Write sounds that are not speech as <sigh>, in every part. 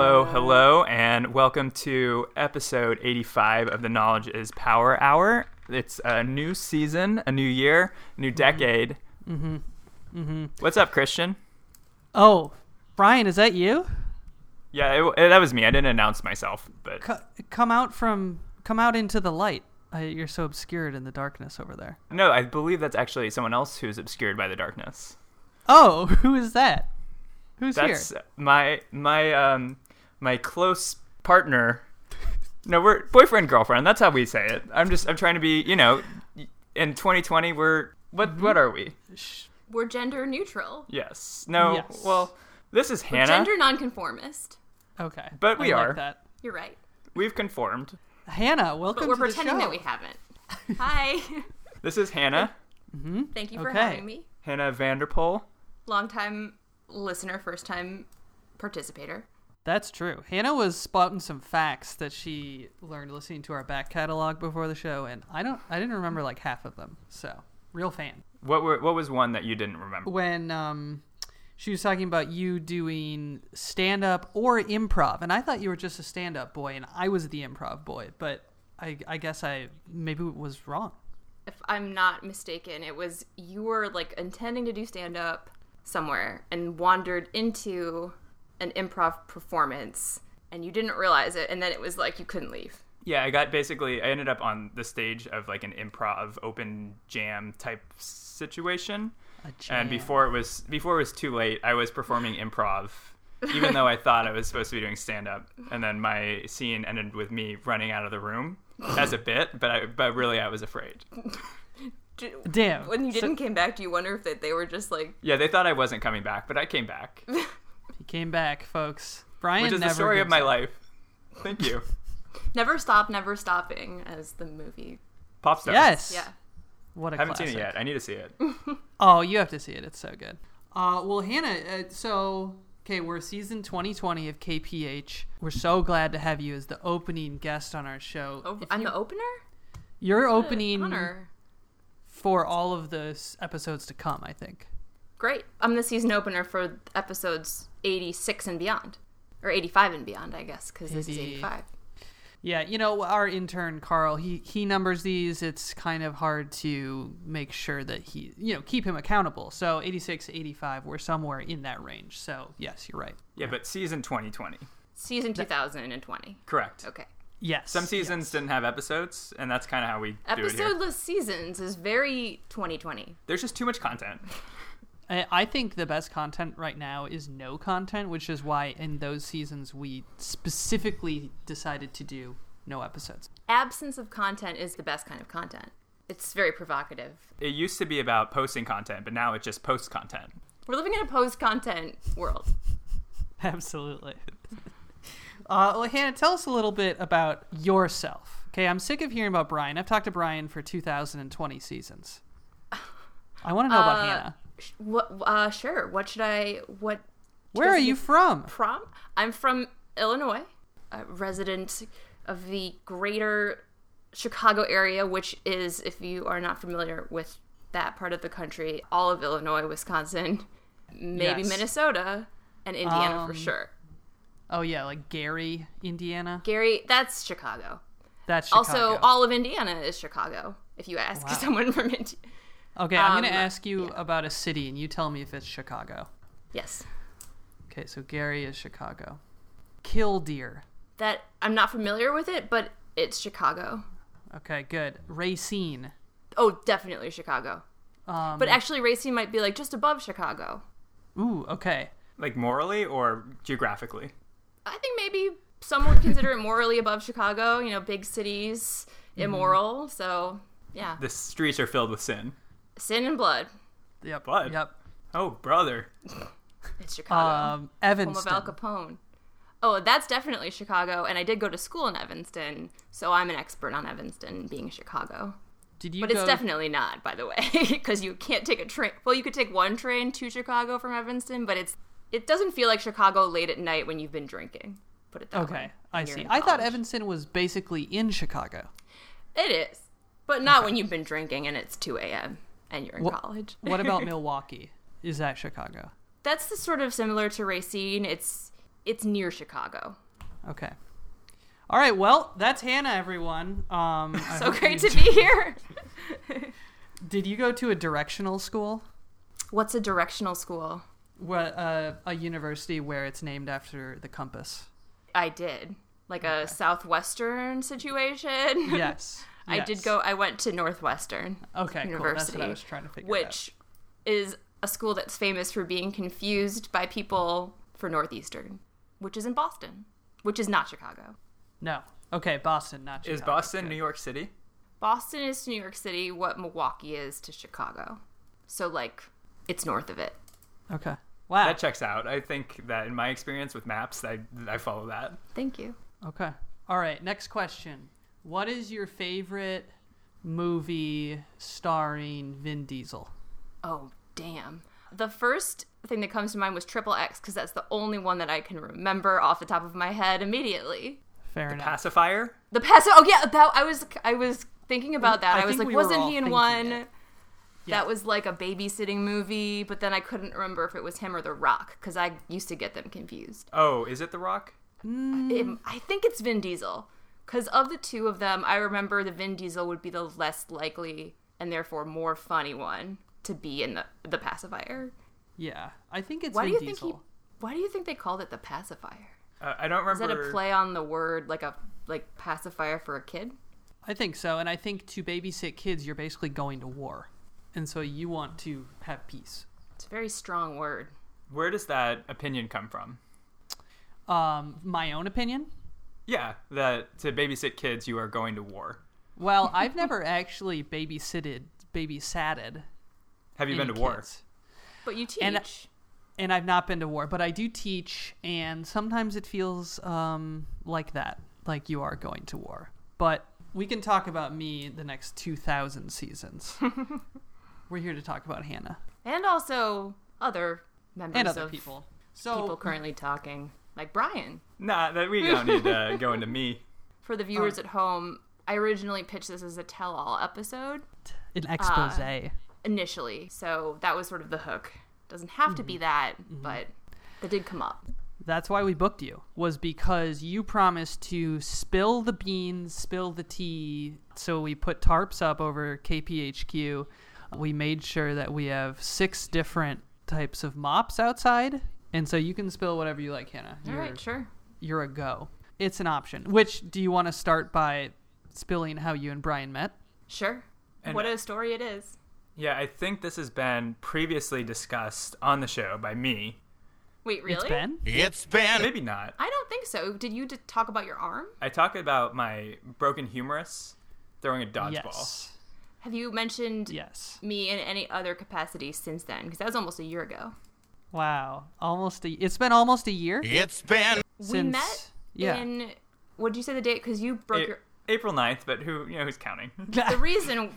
Hello, and welcome to episode 85 of the Knowledge is Power Hour. It's a new season, a new year, new decade. Mm-hmm. Mm-hmm. What's up, Christian? Oh, Brian, is that you? Yeah, it, it- that was me. I didn't announce myself, but Co- come out from, come out into the light. I, you're so obscured in the darkness over there. no, I believe that's actually someone else who's obscured by the darkness. Oh, <laughs> who is that? Who's That's here? my my um my close partner. No, we're boyfriend girlfriend. That's how we say it. I'm just I'm trying to be you know, in 2020 we're what what Mm-hmm. are we? We're gender neutral. Yes. No. Yes. Well, this is We're Hannah. Gender nonconformist. Okay, But we I like are. that. You're right. We've conformed. Hannah, welcome. But we're to the pretending show. that <laughs> we haven't. Hi. This is Hannah. Thank you for Okay. having me. Hannah Vanderpool. Longtime listener, first time participator. That's true. Hannah was spouting some facts that she learned listening to our back catalog before the show, and I don't, I didn't remember like half of them. So, real fan. What were, what was one that you didn't remember? when um, she was talking about you doing stand up or improv, and I thought you were just a stand up boy, and I was the improv boy, but I, I guess I maybe was wrong. If I'm not mistaken, it was you were like intending to do stand up somewhere and wandered into an improv performance and you didn't realize it and then it was like you couldn't leave. Yeah, I got basically I ended up on the stage of like an improv open jam type situation. A And jam. before it was before it was too late, I was performing improv, even <laughs> though I thought I was supposed to be doing stand up. And then my scene ended with me running out of the room as a bit, but I, but really I was afraid. D- Damn. When you didn't came back, do you wonder if that they were just like Yeah, they thought I wasn't coming back, but I came back, He came back, folks. Brian which is the never story of gives my up. life. Thank <laughs> you, never stop, never stopping as the movie. pop star. Yes. Yeah. What a haven't classic. seen it yet. I need to see it. Oh, you have to see it. It's so good. Uh, well, Hannah, uh, so, okay, we're season 2020 of KPH. We're so glad to have you as the opening guest on our show. Oh, I'm the opener? You're opening Honor. for all of the s- episodes to come, I think. Great. I'm the season opener for episodes 86 and beyond. Or 85 and beyond, I guess, because this is Eighty- 85. Yeah, you know, our intern Carl, he he numbers these. It's kind of hard to make sure that he, you know, keep him accountable. So 86, 85, we're somewhere in that range. So, yes, you're right. Yeah, but season 2020. Season 2020. Correct. Okay. Yes. Some seasons didn't have episodes, and that's kind of how we do it here. Episodeless seasons is very 2020. There's just too much content. I, I think the best content right now is no content, which is why in those seasons we specifically decided to do no episodes. Absence of content is the best kind of content. It's very provocative. It used to be about posting content, but now it just posts content. We're living in a post content world. Absolutely. Uh, well, Hannah, tell us a little bit about yourself. Okay, I'm sick of hearing about Brian. I've talked to Brian for 2020 seasons. I want to know about Uh, Hannah. Sh- What, uh, sure. What should I, what Where e- are you from? prom? I'm from Illinois, a resident of the greater Chicago area, which is, if you are not familiar with that part of the country, all of Illinois, Wisconsin, maybe Yes. Um, Minnesota, and Indiana for sure. Oh yeah, like Gary, Indiana. Gary, that's Chicago. That's Chicago. Also, all of Indiana is Chicago, if you ask Wow. <laughs> someone from Indiana. okay, I'm um, gonna ask you about a city, and you tell me if it's Chicago. Yes. Okay, so Gary is Chicago. Killdeer. That I'm not familiar with it, but it's Chicago. Okay, good. Racine. Oh, definitely Chicago. Um, But actually, Racine might be like just above Chicago. ooh, okay. Like morally or geographically? I think maybe some would consider it morally above Chicago. You know, big cities, Mm-hmm. immoral. So, yeah, The streets are filled with sin. sin and blood. Yep. What? Yep. Oh, brother. It's Chicago. Um, home of Al Evanston. Capone. Oh, that's definitely Chicago. And I did go to school in Evanston, so I'm an expert on Evanston being Chicago. Did you But it's go- definitely not, by the way, <laughs> because you can't take a train. Well, you could take one train to Chicago from Evanston, but it's it doesn't feel like Chicago late at night when you've been drinking. Put it that way. Okay, I when you're see. in I thought college. Evanston was basically in Chicago. It is, but not when you've been drinking and it's 2 a.m. and you're in What- college. What <laughs> about Milwaukee? Is that Chicago? <laughs> That's the sort of similar to Racine. It's it's near Chicago. Okay. All right. Well, that's Hannah, everyone. Um, I <laughs> so hope great you- to be here. Did you go to a directional school? What's a directional school? What uh, a university where it's named after the compass? I did. Like a southwestern situation. <laughs> Yes. <laughs> Oh, I did yes. go I went to Northwestern, Okay. Cool. That's what University, I was trying to figure out. which is a school that's famous for being confused by people for Northeastern, which is in Boston, which is not Chicago. No. Okay. Boston, not Chicago. Is Boston Good. New York City? Boston is to New York City what Milwaukee is to Chicago. So like it's north of it. Okay. Wow. That checks out. I think that in my experience with maps, I I follow that. Thank you. Okay. All right. Next question. What is your favorite movie starring Vin Diesel? Oh, damn. The first thing that comes to mind was Triple X because that's the only one that I can remember off the top of my head immediately. Fair enough. Pacifier. The past. Oh yeah, that I was. I was thinking about that. I I, was think like, we were wasn't all he in thinking one? it. Yeah. That was like a babysitting movie, but then I couldn't remember if it was him or The Rock because I used to get them confused. Oh, is it The Rock? It- I think it's Vin Diesel because of the two of them, I remember the Vin Diesel would be the less likely and therefore more funny one to be in the the pacifier. Yeah. I think it's Why Vin do you Diesel. think he? Why do you think they called it the pacifier? Uh, I don't Is that remember. a play on the word like a like pacifier for a kid? I think so. And I think to babysit kids, you're basically going to war. And so you want to have peace. It's a very strong word. Where does that opinion come from? Um, my own opinion? Yeah, that to babysit kids, you are going to war. Well, I've never <laughs> actually babysitted, babysatted. Have you any been to war? kids. But you teach. And- uh, And I've not been to war, but I do teach, and sometimes it feels um, like that, like you are going to war. But we can talk about me the next 2,000 seasons. We're here to talk about Hannah and also other members and other of people. So, people currently talking, like Brian. Nah, that we don't need to <laughs> go into me. For the viewers Oh. at home, I originally pitched this as a tell-all episode an expose. initially, so that was sort of the hook. Doesn't have to Mm-hmm. be that, but that did come up. That's why we booked you, was because you promised to spill the beans, spill the tea. So we put tarps up over KPHQ. We made sure that we have six different types of mops outside. And so you can spill whatever you like, Hannah. All You're, right, sure. you're a go. It's an option. Which do you want to start by spilling how you and Brian met? Sure. And- what a story it is. Yeah, I think this has been previously discussed on the show by me. Wait, really? It's Ben? It's been Maybe not. I don't think so. Did you d- talk about your arm? I talk about my broken humerus throwing a dodgeball. Yes. Have you mentioned Yes. me in any other capacity since then? Because that was almost a year ago. Wow. Almost a It's been almost a year it's been since we met yeah. in what did you say the date? Because you broke A- your April 9th, but who you know who's counting? <laughs> the reason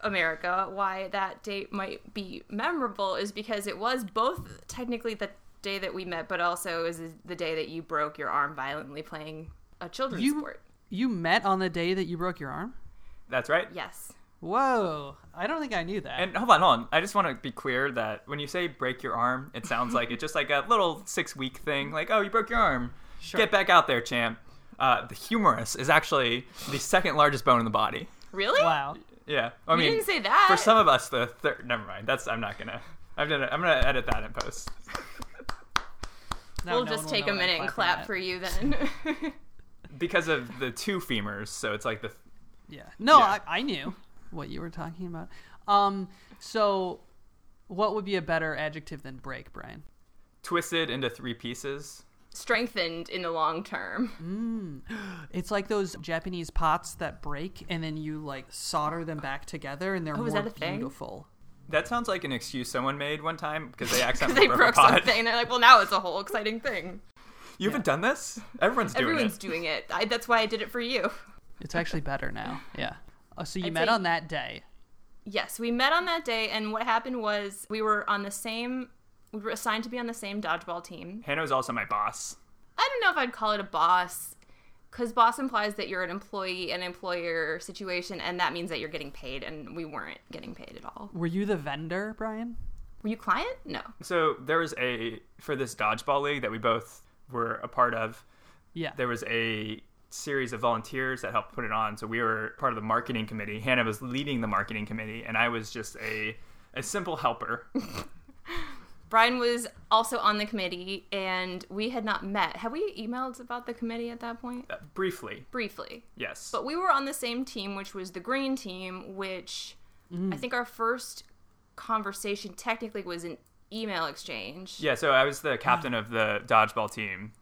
America why that date might be memorable is because it was both technically the day that we met, but also is the day that you broke your arm violently playing a children's You- sport. You met on the day that you broke your arm? That's right. Yes. Whoa. I don't think I knew that. And hold on, hold on. I just want to be clear that when you say break your arm, it sounds like it's just like a little six week thing, like, oh, you broke your arm. Sure. Get back out there, champ. Uh, the humerus is actually the second largest bone in the body. Really? wow. Yeah. I You mean, didn't say that. for some of us, the third. Never mind. That's I'm not gonna. I'm gonna. I'm gonna edit that in post. Now we'll no just one will know take a that I'm minute and clapping clap at. for you then. <laughs> because of the two femurs. So it's like the Yeah. No, Yeah. I, I knew what you were talking about. Um, so what would be a better adjective than break, Brian? twisted into three pieces. Strengthened in the long term. It's like those Japanese pots that break and then you like solder them back together and they're Oh, more is that a thing? beautiful. That sounds like an excuse someone made one time because they accidentally <laughs> They broke, broke a pot. something. They're like, well, now it's a whole exciting thing. You haven't done this. Everyone's doing Everyone's it. doing it. I, that's why I did it for you. It's actually better now. <laughs> Yeah. Oh, so you I'd met say- on that day. Yes, we met on that day, and what happened was we were on the same. We were assigned to be on the same dodgeball team. Hannah was also my boss. I don't know if I'd call it a boss, because boss implies that you're an employee and employer situation, and that means that you're getting paid, and we weren't getting paid at all. Were you the vendor, Brian? Were you client? No. So there was a for this dodgeball league that we both were a part of. Yeah. there was a series of volunteers that helped put it on. So we were part of the marketing committee. Hannah was leading the marketing committee, and I was just a a simple helper. uh, Brian was also on the committee, and we had not met. Had we emailed about the committee at that point? Uh, briefly, Briefly. yes. But we were on the same team, which was the green team, which I think our first conversation technically was an email exchange. yeah, so I was the captain of the dodgeball team.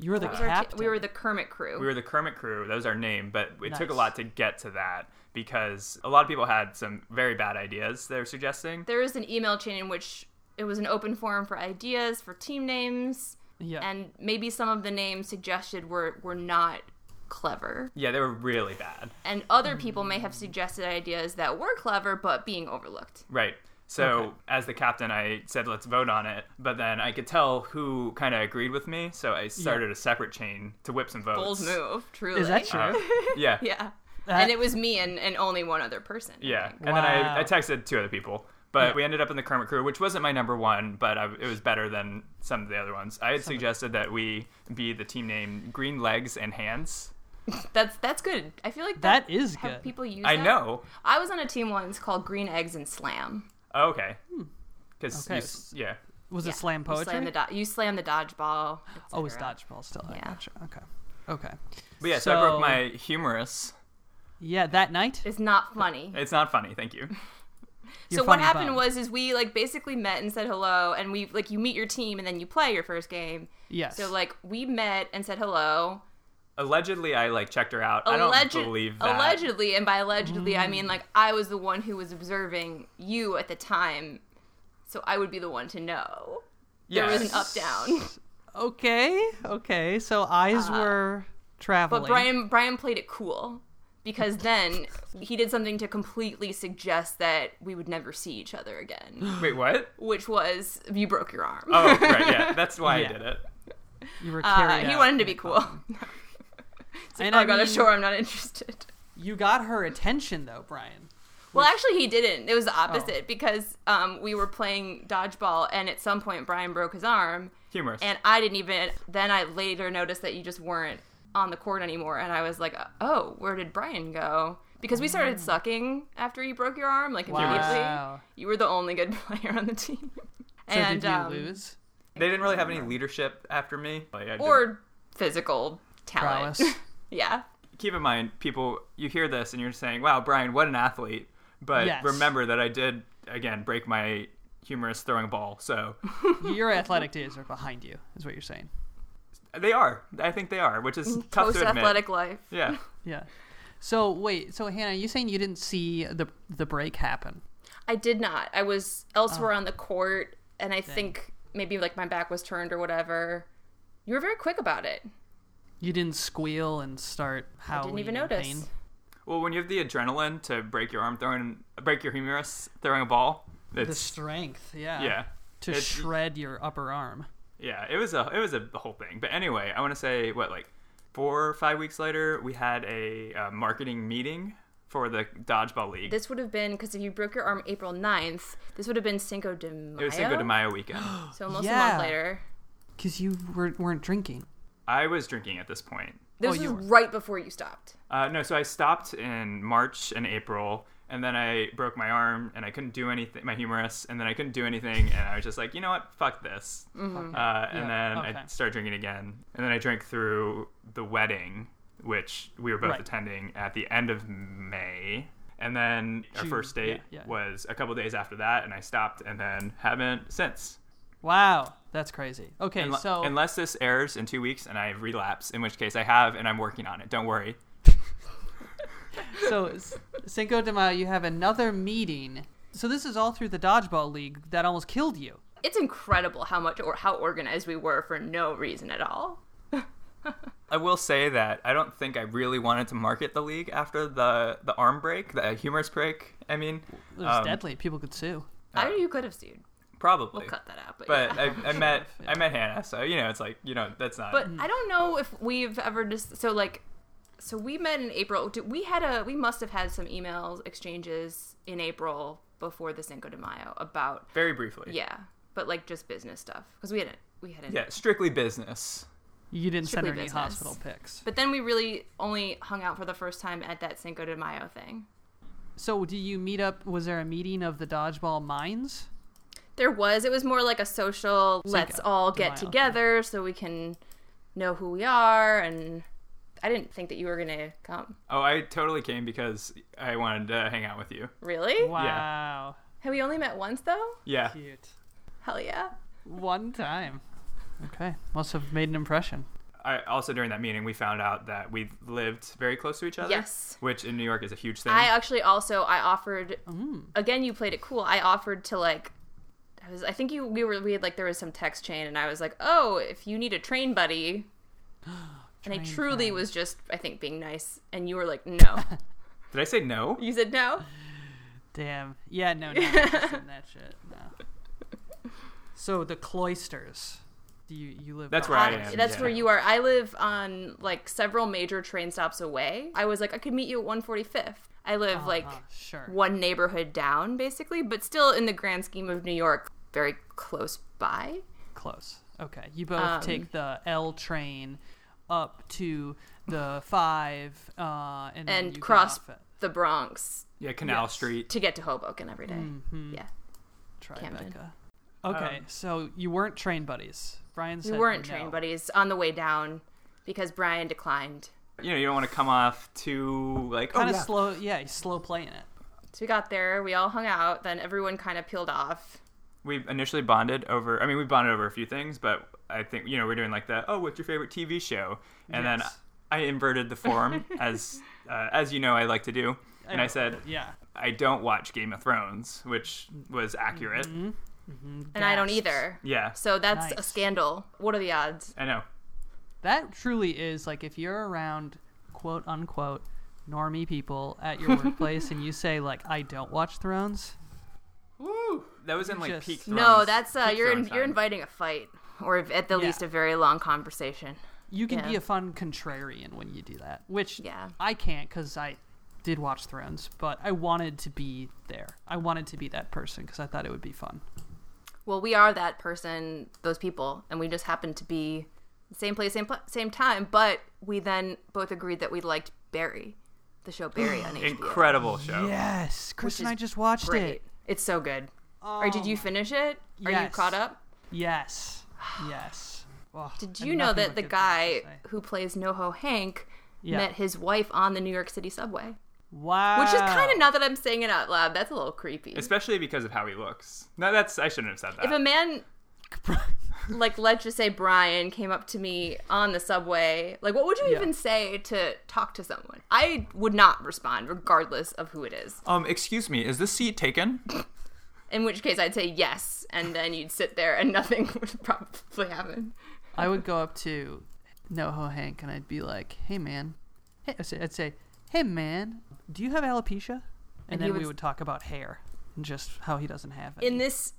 You were the That was our t- captain. we were the Kermit crew. We were the Kermit crew. That was our name, but it took a Nice. lot to get to that because a lot of people had some very bad ideas they were suggesting. there was an email chain in which it was an open forum for ideas for team names, yeah. and maybe some of the names suggested were were not clever, Yeah, they were really bad. and other people may have suggested ideas that were clever but being overlooked. Right. So Okay. as the captain, I said, let's vote on it. But then I could tell who kind of agreed with me. So I started a separate chain to whip some votes. Bold move, truly. Is that true? Uh, <laughs> yeah. yeah. <laughs> Yeah. That- and it was me and, and only one other person. I think. And then I, Wow. I texted two other people. But we ended up in the Kermit crew, which wasn't my number one, but I, it was better than some of the other ones. I had suggested that we be the team name Green Legs and Hands. That's that's good. I feel like That is how good. people use I that. know. I was on a team once called Green Eggs and Slam. Oh, okay. Because, Okay. yeah. was Yeah. it slam poetry? You slam the, do- you slam the dodgeball. et oh, it was cetera. dodgeball still. I Yeah. gotcha. Okay. Okay. But yeah, so, I So- broke my humorous. Yeah, that night. It's not funny. It's not funny. Thank you. your so what funny happened bone. was is we like basically met and said hello and we like you meet your team and then you play your first game. Yes. So like we met and said hello. Allegedly, I like checked her out. I Alleged- don't believe that. Allegedly, and by allegedly I mean like I was the one who was observing you at the time, so I would be the one to know. yes. There was an up down. Okay. Okay. So eyes were traveling. Uh, But Brian Brian played it cool because then he did something to completely suggest that we would never see each other again, <gasps> Wait, what? which was you broke your arm. Oh, right, <laughs> yeah. That's why Yeah. I did it. you were Uh, carried he out. wanted to be cool. <laughs> It's like, And oh, I I got to mean- show her I'm not interested. You got her attention though, Brian. <laughs> Well, actually, he didn't. It was the opposite because um, we were playing dodgeball, and at some point, Brian broke his arm, Humorous. and I didn't even. Then I later noticed that you just weren't on the court anymore, and I was like, oh, where did Brian go? Because we started sucking after you broke your arm, like immediately. Wow. You were the only good <laughs> player on the team. So and did you um, lose? they didn't really have any leadership after me. Like, I did- Or physical talent. Prowess. <laughs> yeah. keep in mind, people, you hear this and you're saying, "Wow, Brian, what an athlete!" But Yes. remember that I did again break my humorous throwing ball. <laughs> So Your athletic days are behind you, is what you're saying. they are. I think they are, which is tough Post to admit. athletic life. Yeah. Yeah. So wait, so Hannah, you saying you didn't see the the break happen? I did not. I was Oh. elsewhere on the court, and I think maybe like my back was turned or whatever. You were very quick about it. You didn't squeal and start Oh, howling. I didn't even in notice. pain? Well, when you have the adrenaline to break your arm throwing, break your humorous throwing a ball, The it's strength, yeah. yeah. To It's- shred your upper arm. Yeah, it was a it was a whole thing. But anyway, I want to say what like four or five weeks later, we had a uh, marketing meeting for the dodgeball league. This would have been because if you broke your arm April 9th, this would have been Cinco de Mayo. it was Cinco de Oh, Mayo weekend. So almost a Yeah. month later. Because you were, weren't drinking. I was drinking at this point. This you was right before you stopped. Uh, no, so I stopped in March and April, and then I broke my arm, and I couldn't do anything. My humerus, and then I couldn't do anything, and I was just like, you know what, fuck this. Uh, and Yeah, then okay. I started drinking again, and then I drank through the wedding, which we were both Right. attending at the end of May. And then our June, first date yeah, yeah. was a couple days after that, and I stopped, and then haven't since. Wow, that's crazy. Okay, Unle- so unless this airs in two weeks and I relapse, in which case I have, and I'm working on it. Don't worry. so S- Cinco de Mayo, you have another meeting. So this is all through the dodgeball league that almost killed you. It's incredible how much or how organized we were for no reason at all. I will say that I don't think I really wanted to market the league after the the arm break, the humorous break. I mean, It was Um, deadly. People could sue. I you could have sued. probably. We'll cut that out. Oh. But, but yeah. I, <laughs> I met I met Hannah, so you know it's like you know that's not. but I don't know if we've ever just so like so we met in April. Did- We had a we must have had some email exchanges in April before the Cinco de Mayo about very briefly. yeah, but like just business stuff because we hadn't we hadn't Yeah, strictly business. You didn't send her Strictly any business. hospital pics. But then we really only hung out for the first time at that Cinco de Mayo thing. So, do you meet up? Was there a meeting of the dodgeball minds? There was. It was more like a social. let's all get Denial, together so we can know who we are. And I didn't think that you were gonna come. Oh, I totally came because I wanted to hang out with you. Really? Wow. Have we only met once though? Yeah. Cute. Hell yeah. One time. Okay. Must have made an impression. I also during that meeting we found out that we lived very close to each other. Yes. Which in New York is a huge thing. Mm. I actually also I offered. Again, you played it cool. I offered to like. I was. I think you. We were. We had like there was some text chain, and I was like, oh, if you need a <gasps> train buddy. And I Train truly was just, I think, being nice. And you were <laughs> like, no. Did I say no? you said no? Damn. Yeah, no, <laughs> no. I'm interested in that shit. No. So, the cloisters. Do you, you live That's by where I those? am. That's yeah. where you are. I live on like several major train stops away. I was like, I could meet you at 145th. I live Oh, like Uh-huh, sure. one neighborhood down, basically, but still in the grand scheme of New York, very close by. Close. Okay. You both Um, take the L train up to the 5 uh, and, then you And get cross off at the Bronx Yeah, Canal Yes. Street. to get to Hoboken every day. Mm-hmm. Yeah. Camden. Tribeca. Okay. so, you weren't train buddies. Brian We said weren't no. train buddies on the way down because Brian declined. You know, you don't want to come off too like Kind oh, of yeah. slow. Yeah, he's slow playing it. So we got there, we all hung out, then everyone kind of peeled off. we initially bonded over i mean we bonded over a few things but i think you know we're doing like the oh what's your favorite tv show and then Yes. i inverted the <laughs> form as uh, as you know i like to do and i said Yeah. i don't watch game of thrones which was accurate And I don't Gasps. either. yeah Mm-hmm. So that's a Nice. scandal. What are the odds? i know That truly is like if you're around quote unquote normie people at <laughs> your workplace and you say like I don't watch Thrones. that was in like Just- peak no, Thrones- that's uh, peak you're in, Thrones you're time. inviting a fight or at the Yeah. least a very long conversation. You can be Yeah. a fun contrarian when you do that, which Yeah. I can't because I did watch Thrones, but I wanted to be there. I wanted to be that person because I thought it would be fun. Well, we are that person, those people, and we just happen to be the same place, same pla- same time. But we then both agreed that we liked Barry, the show Barry on HBO. incredible show Yes, Chris and is I just watched Great. it. Um, It's so good. or did you finish it? Are you Yes. caught up? Yes, yes. Ugh, Did and you know nothing that but the good things guy to say. who plays NoHo Hank Yeah. met his wife on the New York City subway? Wow, Which is kind of not that I'm saying it out loud. That's a little creepy. especially because of how he looks no that's i shouldn't have said that if a man not. like let's just say Brian came up to me on the subway, like what would you Yeah. even say to talk to someone? I would not respond regardless of who it is. um excuse me is this seat taken In which case I'd say yes and then you'd sit there and <laughs> nothing would probably happen. I would go up to NoHo Hank and I'd be like, "Hey man, hey," I'd say, I'd say, "Hey man, do you have alopecia?" And, he then we would- would talk about hair and just how he doesn't have it. In this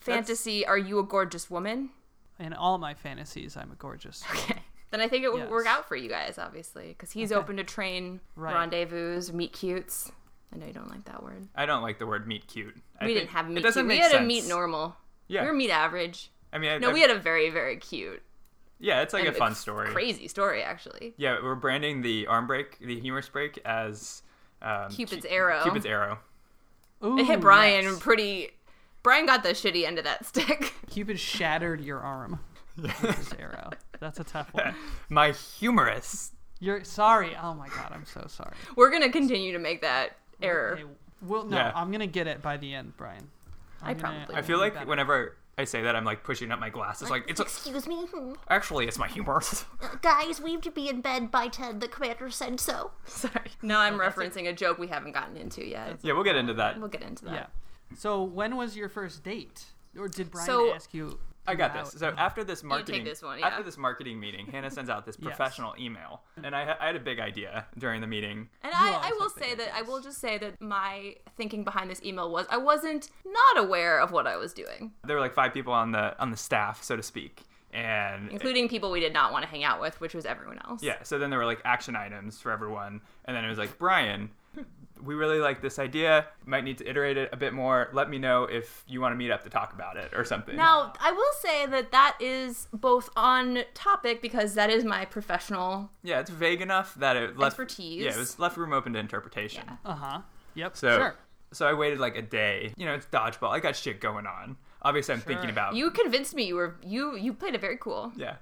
fantasy, are you a gorgeous woman? In all my fantasies, I'm a gorgeous. Okay. Then I think it would work Yes. out for you guys, obviously, because he's open to train Right. rendezvous, meet cutes. I know you don't like that word. i don't like the word meet cute I we think- didn't have it meet doesn't cute. make We had sense. a meet normal. yeah We were meet average. i mean I, No, I- we had a very, very cute. yeah it's like a and fun story Crazy story, actually. Yeah, we're branding the arm break, the humorous break, as um, Cupid's Cu- arrow. Cupid's arrow. Ooh, It hit Brian yes. pretty. Brian got the shitty end of that stick. <laughs> Cupid shattered <laughs> your arm. with his arrow. That's a tough one. My humorous. You're sorry. Oh my god, I'm so sorry. We're gonna continue to make that error. <laughs> Okay, well, no, Yeah. I'm gonna get it by the end, Brian. I I'm gonna- probably I will. feel be like better. whenever I say that, I'm like pushing up my glasses. Like it's Excuse me, Hmm. Uh, actually it's my humorous. <laughs> guys, we have to be in bed by 10. The commander said so. Sorry. No, I'm referencing a joke we haven't gotten into yet. yeah, we'll get into that. <laughs> We'll get into that. Yeah. So when was your first date, or did Brian So- ask you? I got about- this. So after this marketing, this one, yeah. after this marketing meeting, Hannah sends <laughs> out this Yes. professional email, and I, I had a big idea during the meeting. You And I, I always will have big say that I will just say that my thinking behind this email was I wasn't not aware of what I was doing, There were like five people on the on the staff, so to speak, and including people we did not want to hang out with, which was everyone else. Yeah, so then there were like action items for everyone, and then it was like Brian, we really like this idea. Might need to iterate it a bit more. Let me know if you want to meet up to talk about it or something. Now, I will say that that is both on topic because that is my professional. Yeah, it's vague enough that it left Expertise. Yeah, it was left room open to interpretation. Yeah. Uh huh. Yep. So sure. so I waited like a day. You know, it's dodgeball. I got shit going on. Obviously, I'm thinking Sure. about You convinced me you were you you played it very cool. Yeah,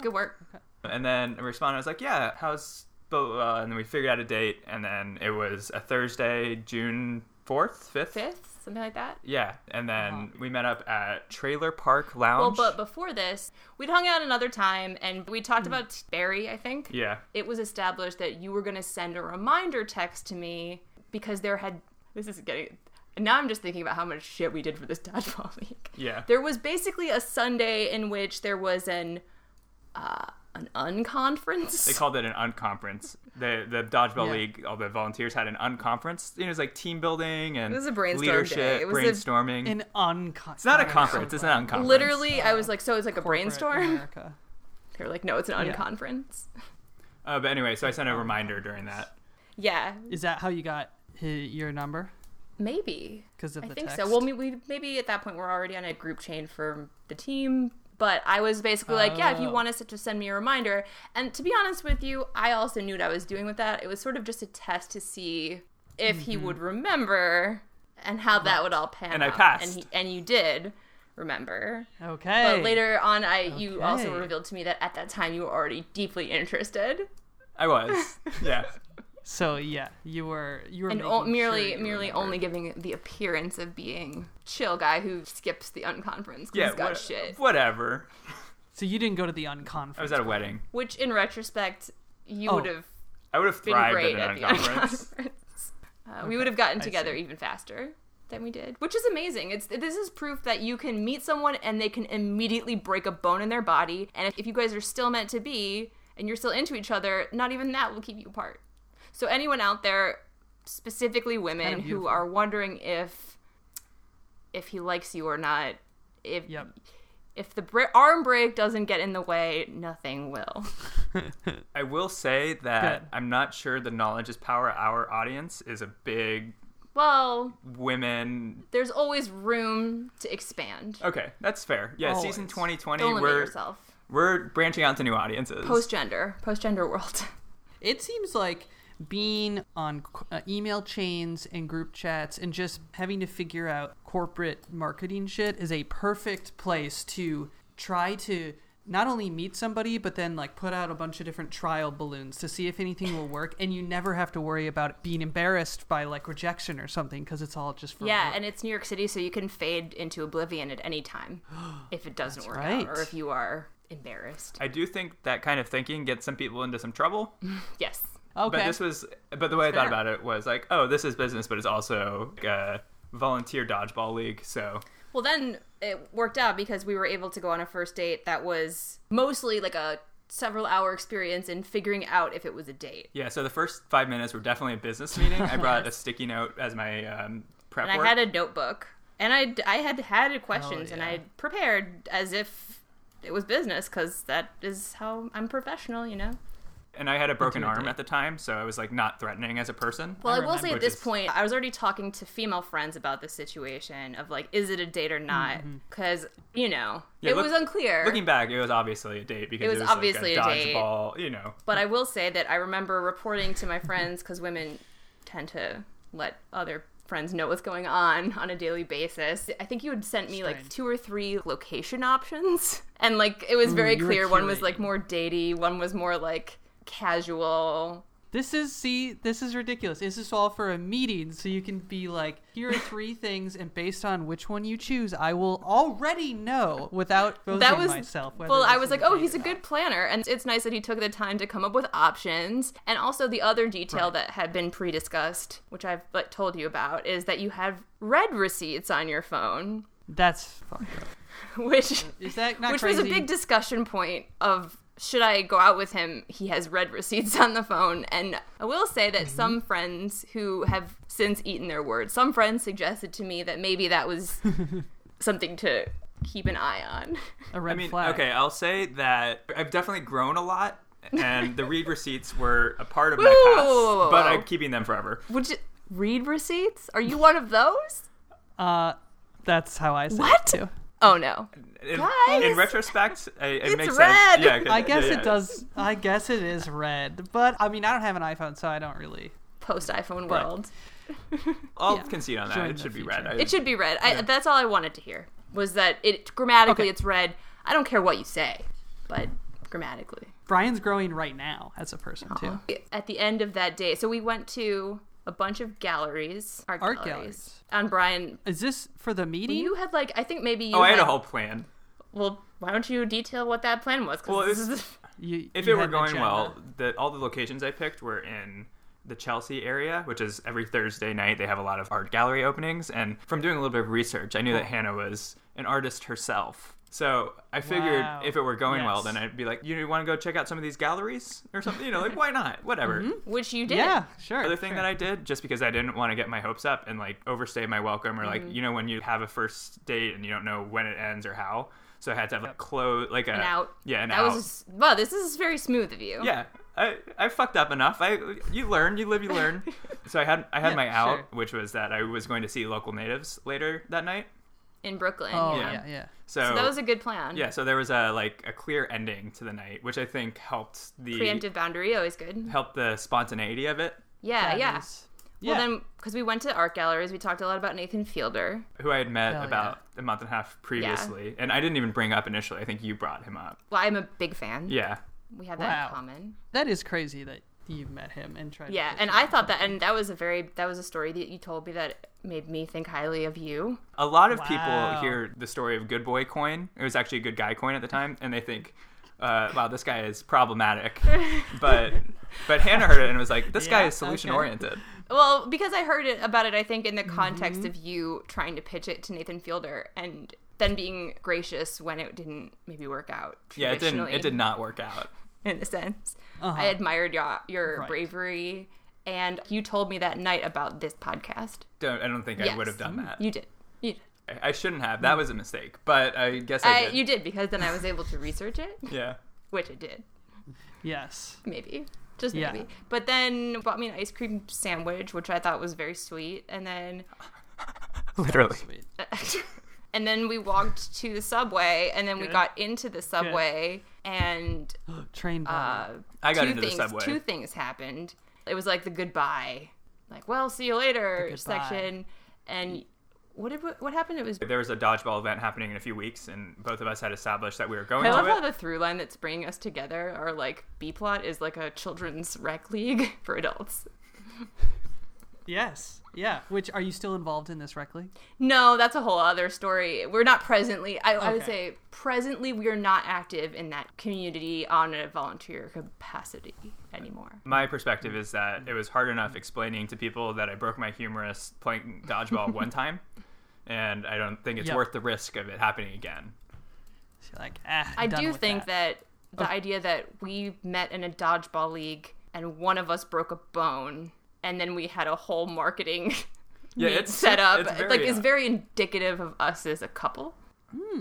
Good work. and then I responded. I was like, yeah, how's uh, and then we figured out a date, and then it was a Thursday, June fourth, fifth. Fifth, something like that. Yeah, and then we met up at Trailer Park Lounge. Uh-huh. Well, but before this, we'd hung out another time and we talked about Barry, I think. Hmm. yeah, It was established that you were going to send a reminder text to me because there had. This is getting. Now I'm just thinking about how much shit we did for this <laughs> dodgeball league. yeah, There was basically a Sunday in which there was an. Uh, an unconference. they called it an unconference. The the dodgeball Yeah. league, all the volunteers had an unconference. You know, it was like team building and it was a brainstorm day. leadership, It was a- brainstorming. An uncon. hmm. it's not a conference. Oh. It's <laughs> an unconference. Literally, I was like, so it's like a brainstorm. America. They were like, no, it's an Yeah. unconference. Uh, but anyway, so I sent a reminder during that. Yeah, Is that how you got hi- your number? maybe. Because of I the think text. so. Well, maybe, maybe at that point we're already on a group chain for the team. But I was basically like, yeah, if you Oh. want us to send me a reminder. And to be honest with you, I also knew what I was doing with that. It was sort of just a test to see if he Mm-hmm. would remember and how that would all pan And I out. And, passed. he, and you did remember. okay. But later on, I you also Okay. revealed to me that at that time you were already deeply interested I <laughs> was. Yeah. So yeah, you were you were and making o- sure merely you merely remembered. only giving the appearance of being chill guy who skips the unconference because Yeah. he's got what- shit. Whatever. So you didn't go to the unconference. I was at a wedding. Which in retrospect, you Oh. would have I would have been thrived great in at an the <laughs> unconference. unconference. Uh, We would have gotten I together see. even faster than we did, which is amazing. It's this is proof that you can meet someone and they can immediately break a bone in their body, and if, if you guys are still meant to be and you're still into each other, not even that will keep you apart. So anyone out there, specifically women Kinda who beautiful. are wondering if if he likes you or not, if Yep. if the br- arm break doesn't get in the way, nothing will. I will say that Good. I'm not sure the knowledge is power. Our audience is a big Well, women. there's always room to expand. Okay, that's fair. Yeah, season Always. 2020. Don't limit we're yourself. we're branching out to new audiences. Post gender, post gender world. <laughs> It seems like being on uh, email chains and group chats and just having to figure out corporate marketing shit is a perfect place to try to not only meet somebody but then like put out a bunch of different trial balloons to see if anything will work and you never have to worry about being embarrassed by like rejection or something because it's all just for Yeah, work. and it's New York City, so you can fade into oblivion at any time if it doesn't work right. out or if you are embarrassed. I do think that kind of thinking gets some people into some trouble. Yes. okay But this was. But the way I Fair. thought about it was like, oh, this is business, but it's also like a volunteer dodgeball league. So Well, then it worked out because we were able to go on a first date that was mostly like a several hour experience in figuring out if it was a date. yeah. So the first five minutes were definitely a business meeting. I <laughs> brought a sticky note as my um, prep And work. I had a notebook and I, I had had questions and yeah. I had prepared as if it was business because that is how I'm professional, you know? and I had a broken Intimidate. arm at the time, so I was like not threatening as a person. Well, I, I will say remember. at this Which is- point, I was already talking to female friends about this situation of like, is it a date or not? Because you know, Yeah, it look- was unclear. Looking back, it was obviously a date because it was was, obviously a like a date. dodgeball, you know. But I will say that I remember reporting to my friends because women tend to let other friends know what's going on on a daily basis. I think you had sent me like Strange. two or three location options, and like it was very you were clear. One was curating. like more datey, one was more like casual. This is see, this is ridiculous. This is all for a meeting, so you can be like, here are <laughs> three things, and based on which one you choose, I will already know without voting that was myself. whether well i this was is like oh date he's or a good planner and it's nice that he took the time to come up with options and also the other detail that had been pre-discussed which i've like told you about is that you have red receipts on your phone <laughs> not. That's fucked up. which Is that not which crazy? was a big discussion point of should I go out with him? He has red <laughs> receipts on the phone. And I will say Mm-hmm. that some friends who have since eaten their word, some friends suggested to me that maybe <laughs> that was something to keep an eye on. a I red mean, flag. okay, I'll say that I've definitely grown a lot and the read receipts were a part of my Whoa, past, whoa, whoa, but whoa. I'm keeping them forever. Would you read receipts? Are you one of those? Uh, that's how I say What? it too. Oh no. In, Guys! in retrospect, I, it It's makes red! sense. Yeah, 'cause- I guess yeah, yeah. it does. I guess it is red, but I mean, I don't have an iPhone, so I don't really. Post iPhone world. I'll Yeah. concede on that. Join it the should be future. red. I- It should be red. I, that's all I wanted to hear was that it grammatically Okay. it's red. I don't care what you say, but grammatically. Brian's growing right now as a person too. At the end of that day, so we went to a bunch of galleries, art, Art galleries. And Brian, Is this for the meeting? you had like I think maybe you. oh, I had a whole plan. Well, why don't you detail what that plan was? 'Cause Well, this it's- is- <laughs> You- If you it were had an going well, agenda. the, all the locations I picked were in the Chelsea area, which is every Thursday night they have a lot of art gallery openings. And from doing a little bit of research, I knew that Hannah was an artist herself. So I figured Wow. if it were going well, Yes. then I'd be like, you want to go check out some of these galleries or something? You know, like, why not? Whatever. which you did. yeah, sure. Other thing sure. that I did, just because I didn't want to get my hopes up and like overstay my welcome, or like you know when you have a first date and you don't know when it ends or how, so I had to have like close like a An out. yeah an that out. was wow. This is very smooth of you. yeah I, I fucked up enough i you learn you live you <laughs> learn so i had i had Yeah, my out sure. which was that i was going to see local natives later that night In Brooklyn. Oh Yeah. yeah, yeah. so, So that was a good plan. Oh. yeah so there was a like a clear ending to the night which i think helped the Preemptive boundary, always good. helped the spontaneity of it Yeah, That yeah. is- Well, yeah. then, because we went to art galleries, we talked a lot about Nathan Fielder. who i had met Oh, Hell about a month and a half previously and i didn't even bring up initially i think you brought him up Well, I'm a big fan. yeah We have that Wow. in common. that is crazy that you met him and tried. to Yeah, get and to I know thought that, and that was a very, that was a story that you told me that made me think highly of you. a lot of Wow. people hear the story of good boy coin it was actually a good guy coin at the time and they think uh, wow this guy is <laughs> problematic but but hannah heard it and was like this guy Yeah, is solution okay. oriented Well, because I heard it about it, I think in the context Mm-hmm. of you trying to pitch it to Nathan Fielder and then being gracious when it didn't maybe work out. yeah it didn't it traditionally. did not work out in a sense. Uh-huh. I admired your, your Right. bravery, and you told me that night about this podcast. don't, i don't think i Yes. would have done that You did. You did. I, I shouldn't have that was a mistake but i guess i, I, did Uh, you did because then I was able to research it, yeah which I did, Yes. maybe. Just Yeah. maybe. But then bought me an ice cream sandwich, which I thought was very sweet. And then <laughs> literally Sweet. and then we walked to the subway and then we Good. got into the subway and Train. uh, Hmm. I got two into the things, subway. Two things happened. It was like the goodbye, like well, see you later The goodbye. section, and what did what happened? It was. there was a dodgeball event happening in a few weeks and both of us had established that we were going I love to how it the through line that's bringing us together, our like B plot, is like a children's <laughs> rec league for adults. yes. Yeah. Which are you still involved in this rec league? No, that's a whole other story. We're not presently. I, I would Okay. say presently we are not active in that community on a volunteer capacity anymore. my perspective is that it was hard enough explaining to people that I broke my humerus playing dodgeball <laughs> one time, and I don't think it's Yep. worth the risk of it happening again. She's like, ah, I done do with Oh. think that, the idea that we met in a dodgeball league and one of us broke a bone and then we had a whole marketing <laughs> Yeah, meet it's set up it's like very, is uh, very indicative of us as a couple.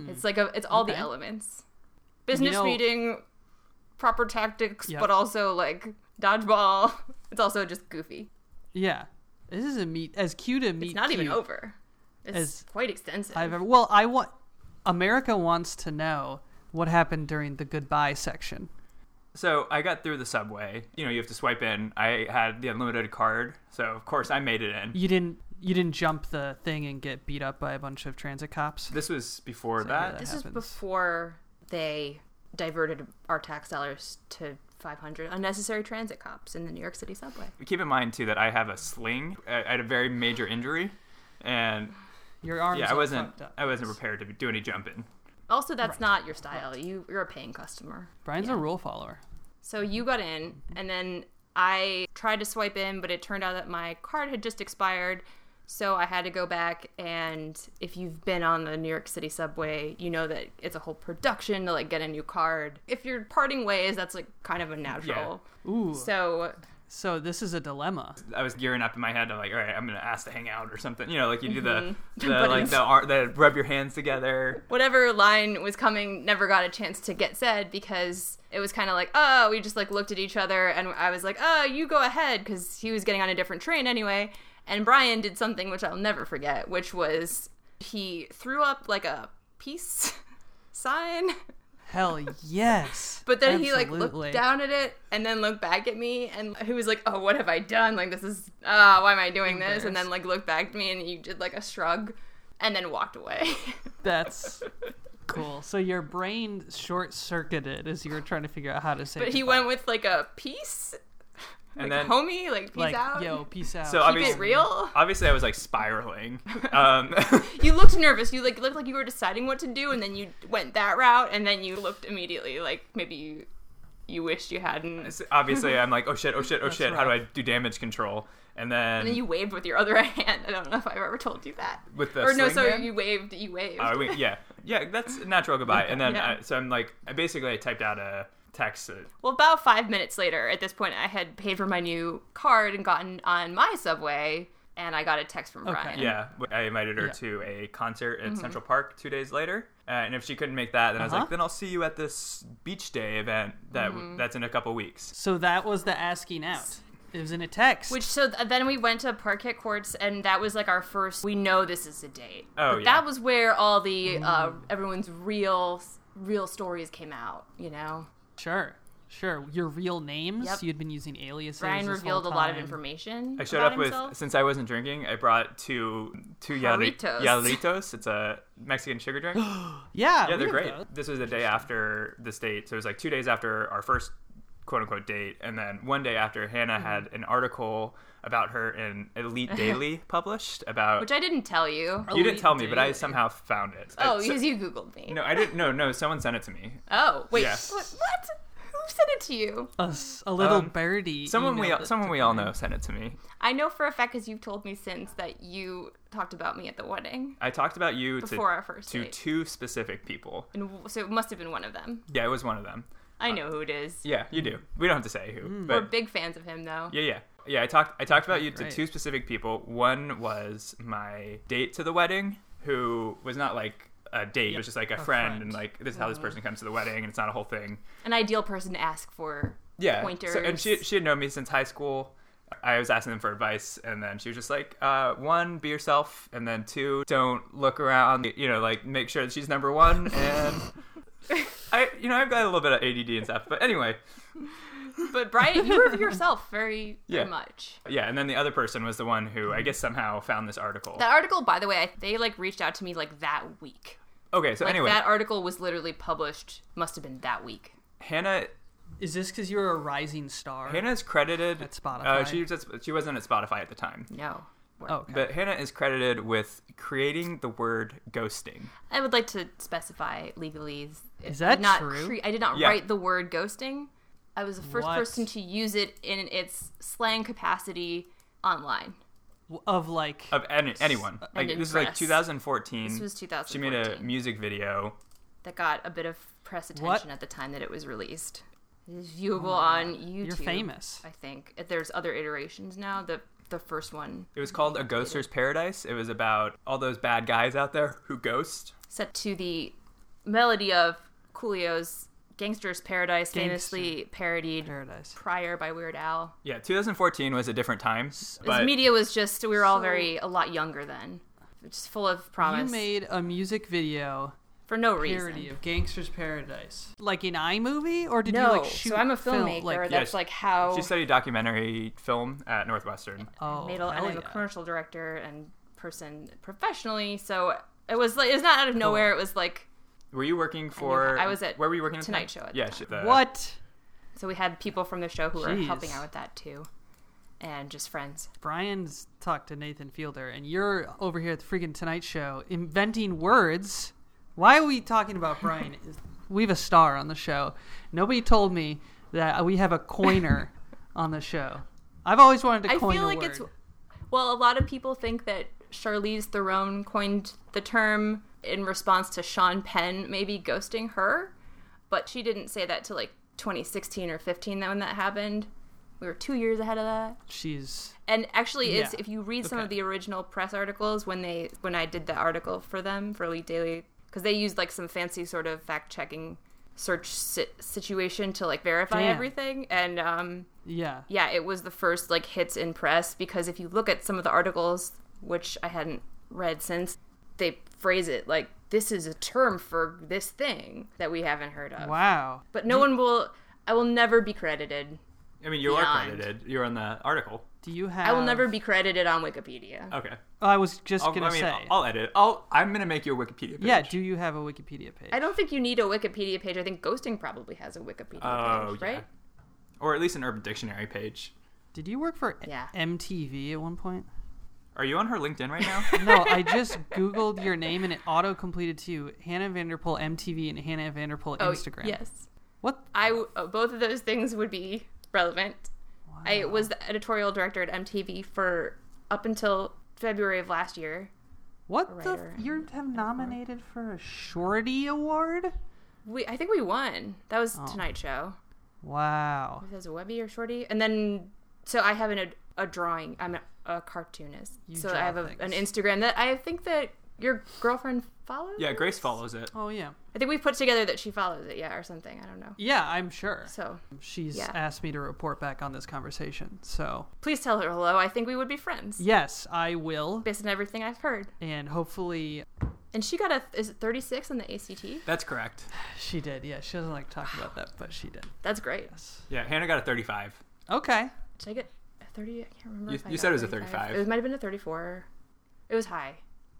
It's like a, it's all the Hmm. okay. elements. Business know- meeting, proper tactics, Yep. but also like dodgeball. <laughs> It's also just goofy. Yeah. This is a meet as cute a meet. It's not even cute over. It's As quite extensive. I've ever. Well, I want. America wants to know what happened during the goodbye section. So I got through the subway. You know, you have to swipe in. I had the unlimited card, so of course I made it in. You didn't. You didn't jump the thing and get beat up by a bunch of transit cops. This was before So that. yeah. This happens. was before they diverted our tax dollars to 500 unnecessary transit cops in the New York City subway. Keep in mind too that I have a sling. I, I had a very major injury, and Your arms. yeah, I all wasn't fucked up. I wasn't prepared to do any jumping. Also, that's not your style. You you're a paying customer. Brian's a rule follower. So you got in, and then I tried to swipe in, but it turned out that my card had just expired. So I had to go back, and if you've been on the New York City subway, you know that it's a whole production to like get a new card. If you're parting ways, that's like kind of a natural. Ooh. So So this is a dilemma. I was gearing up in my head. I'm like, all right, I'm gonna ask to hang out or something. You know, like you do the, the But like it's- the, ar- the rub your hands together. Whatever line was coming never got a chance to get said because it was kind of like, oh, we just like looked at each other and I was like, oh, you go ahead because he was getting on a different train anyway. And Brian did something which I'll never forget, which was he threw up like a peace <laughs> sign. Hell yes. <laughs> But then he like Absolutely. looked down at it and then looked back at me and he was like, "Oh, what have I done? Like this is ah, why am I doing this?" And then like looked back at me and you did like a shrug, and then walked away. <laughs> That's cool. So your brain short circuited as you were trying to figure out how to say. but he goodbye. went with like a peace, And like, then homie, like peace like, out. "Yo, peace out." So So Keep obviously, it real. obviously, I was like spiraling. Um, <laughs> You looked nervous. You like looked like you were deciding what to do, and then you went that route, and then you looked immediately like maybe you you wished you hadn't. And so obviously, I'm like, oh shit, oh shit, oh shit. How do I rough. do damage control? And then, then you waved with your other <laughs> hand. I don't know if I've ever told you that. with the or no, sling sorry, band? you waved. You waved. Uh, we, yeah, yeah, that's a natural goodbye. And then, Yeah. uh, so I'm like, I basically, I typed out a text. uh, That, Well, about five minutes later, at this point, I had paid for my new card and gotten on my subway, and I got a text from Brian. yeah, I invited her Yeah. to a concert at Central Park two days later. Uh, and if she couldn't make that, then I was Uh-huh. like, then I'll see you at this beach day event that w that's in a couple weeks. that was the asking out. It was in a text. Which so th- then we went to parquet courts, and that was like our first. We know this is a date. Oh, yeah. but That was where all the uh, everyone's real real stories came out. You know, sure, sure. Your real names. Yep. You'd been using aliases. Brian this revealed a whole lot of time. information. I showed about up with himself. since I wasn't drinking. I brought two two yali- Jarritos. yalitos. It's a Mexican sugar <gasps> drink. Yeah, Yeah, they're we have great. those. This was the day after this date, so it was like two days after our first quote unquote date, and then one day after Hannah Mm-hmm. had an article about her in <laughs> Elite Daily published about. which I didn't tell you. you didn't Elite tell me, but I Daily. somehow found it. I- Oh, uh, so- because you googled me. no, I didn't. No, no, someone sent it to me. Oh, wait, Yeah. what, what? Who sent it to you? A, s- a little Um, birdie. Someone we emailed it someone to we all Brian. know sent it to me. I know for a fact because you've told me since that you talked about me at the wedding I talked about you before to our first to date, two specific people. and w- so it must have been one of them. Yeah, it was one of them. I know who it is. Uh, Yeah, you do. We don't have to say who. Mm. We're But big fans of him, though. Yeah, yeah. Yeah, I talked I talked about you Great. to two specific people. One was my date to the wedding, who was not like a date, it was just like a, friend, friend. and like this is how this person comes to the wedding and it's not a whole thing. An ideal person to ask for. Yeah. So, and Pointers. she she had known me since high school. I was asking them for advice and then she was just like, uh, one, be yourself and then two, don't look around you know, like make sure that she's number one and I you know, I've got a little bit of ADD and stuff, but anyway. But Brian, you <laughs> were yourself very, Yeah. very much. Yeah, and then the other person was the one who I guess somehow found this article. That article, by the way, I, they like reached out to me like that week. okay, so Like anyway. that article was literally published. Must have been that week. Hannah Is this because you're a rising star? Hannah is credited At Spotify. Uh, she was at, she wasn't at Spotify at the time, No. oh, okay. but Hannah is credited with creating the word ghosting. I would like to specify legally. Is I that did not true? cre- I did not Yeah. write the word ghosting. I was the first What? person to use it in its slang capacity online. W- of like Of any, anyone, like in this is like press. 2014. This was She made a 2014. music video. That got a bit of press attention What? Oh at the time that it was released. It is viewable on YouTube. you're famous. I think there's other iterations now. The the first one It was called A Ghoster's Paradise. It was about all those bad guys out there who ghost. set to the melody of Coolio's "Gangster's Paradise," famously parodied Paradise. prior by Weird Al. Yeah, 2014 was a different time, This but media was just we were all very a lot younger then, just full of You promise made a music video for no parody reason. of Gangster's Paradise, like an iMovie, or did No, you like shoot? so I'm a film- filmmaker. like, Yeah, that's she- like how she studied documentary film at Northwestern. oh, made a, I hell am a yeah. commercial director and person professionally. So it was like it was not out of nowhere. It was like Were you working for? I was at where were you working? at the Tonight time? Show at the yeah, time. she- the- What? so we had people from the show who were helping Jeez. out with that too, and just friends. Brian's talked to Nathan Fielder, and you're over here at the freaking Tonight Show inventing words. Why are we talking about Brian? <laughs> we have a star on the show. Nobody told me that we have a <laughs> coiner on the show. I've always wanted to I coin feel a like word. it's well, a lot of people think that Charlize Theron coined the term in response to Sean Penn maybe ghosting her, but she didn't say that till like 2016 or 15 that when that happened. We were two years ahead of that. She's And actually, it's Yeah. if you read some of Okay. the original press articles when they when I did the article for them for Elite Daily, because they used like some fancy sort of fact checking search si- situation to like verify Damn. everything. And um, yeah. yeah, it was the first like hits in press because if you look at some of the articles, which I hadn't read since, they phrase it like this is a term for this thing that we haven't heard of. Wow. But no one will. I will never be credited. I mean, you are Beyond. credited. You're on the article. Do you have? Oh, I will never be credited on Wikipedia. Okay. I was just I'll, gonna I mean, say. I'll edit. I'll. I'm gonna make you a Wikipedia page. yeah. Do you have a Wikipedia page? I don't think you need a Wikipedia page. I think ghosting probably has a Wikipedia Oh, page, yeah. right? or at least an Urban Dictionary page. Did you work for Yeah. MTV at one point? Are you on her LinkedIn right now? No, I <laughs> just googled your name and it auto completed to you, Hannah Vanderpool MTV and Hannah Vanderpool Instagram. Oh, yes. What? I w- uh, both of those things would be relevant. I was the editorial director at MTV for up until February of last year. What the? writer F- you have nominated for a Shorty Award? We I think we won. That Oh. was Tonight Show. Wow. It was a Webby or Shorty, and then so I have an, a, drawing. I'm a, a cartoonist, so draw I have a, an things. Instagram that I think that your girlfriend follows. yeah, Grace follows it. Oh yeah. I think we put together that she follows it, yeah, or something. I don't know. Yeah, I'm sure. So She's yeah. asked me to report back on this conversation. So, please tell her hello. I think we would be friends yes, I will. based on everything I've heard. And hopefully And she got a is it 36 on the ACT? That's correct. she did. Yeah, she doesn't like to talk about that, but she did. That's great. Yeah, Hannah got a 35. Okay. Did I get a 30? I can't remember. You- if I you got said it was a 35. It might have been a 34. It was high.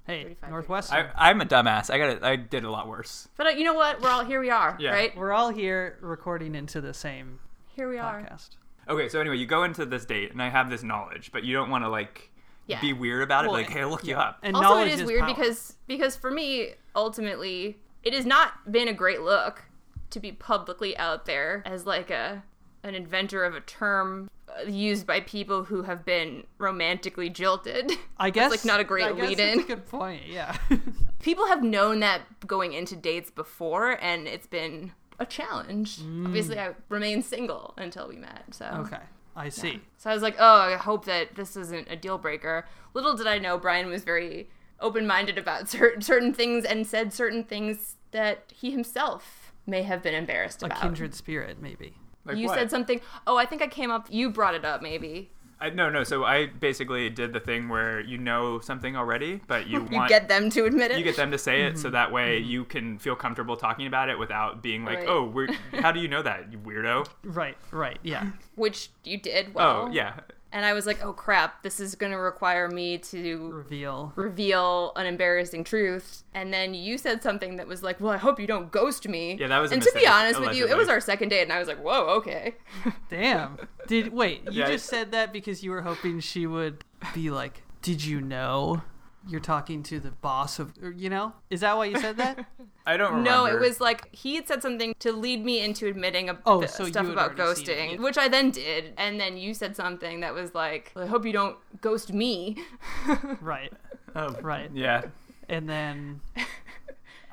Hey, 35, Northwestern. I, I'm a dumbass. I got. A, I did a lot worse. But uh, you know what? We're all here. We are Yeah. right. We're all here recording into the same Here we are. podcast. Okay, so anyway, you go into this date, and I have this knowledge, but you don't want to like Yeah. be weird about it. Well, like, hey, look you up. And Also, knowledge it is, weird power. because because for me, ultimately, it has not been a great look to be publicly out there as like a an inventor of a term uh, used by people who have been romantically jilted. <laughs> I guess like, not a great I guess lead that's in. a good point. Yeah. <laughs> people have known that going into dates before and it's been a challenge obviously i remained single until we met so Mm. okay. I see. so i was like oh i hope that this isn't a deal breaker little did i know brian was very open-minded about <laughs> certain certain things and said certain things that he himself may have been embarrassed A about kindred spirit, maybe. Like, you what? said something oh i think i came up you brought it up maybe I, no, no. So I basically did the thing where you know something already, but you, you want get them to admit it you get them to say it, so that way you can feel comfortable talking about it without being like, Right. "Oh, we're, how do you know that, you weirdo?" Right. Right. Yeah. which you did well Oh, yeah. and i was like oh crap this is going to require me to <laughs> Reveal. reveal an embarrassing truth and then you said something that was like well i hope you don't ghost me Yeah, that was a and to be mistake, honest with you it allegedly. was our second date and i was like whoa <laughs> okay Damn. Did wait? You Yeah, just it- said that because you were hoping she would be like, "Did you know?" You're talking to the boss of, or, you know? Is that why you said that? <laughs> I don't remember. no it was like he had said something to lead me into admitting a, Oh, the so you stuff had about already seen it. ghosting which i then did and then you said something that was like well, i hope you don't ghost me <laughs> right. Oh, Right. Yeah. And then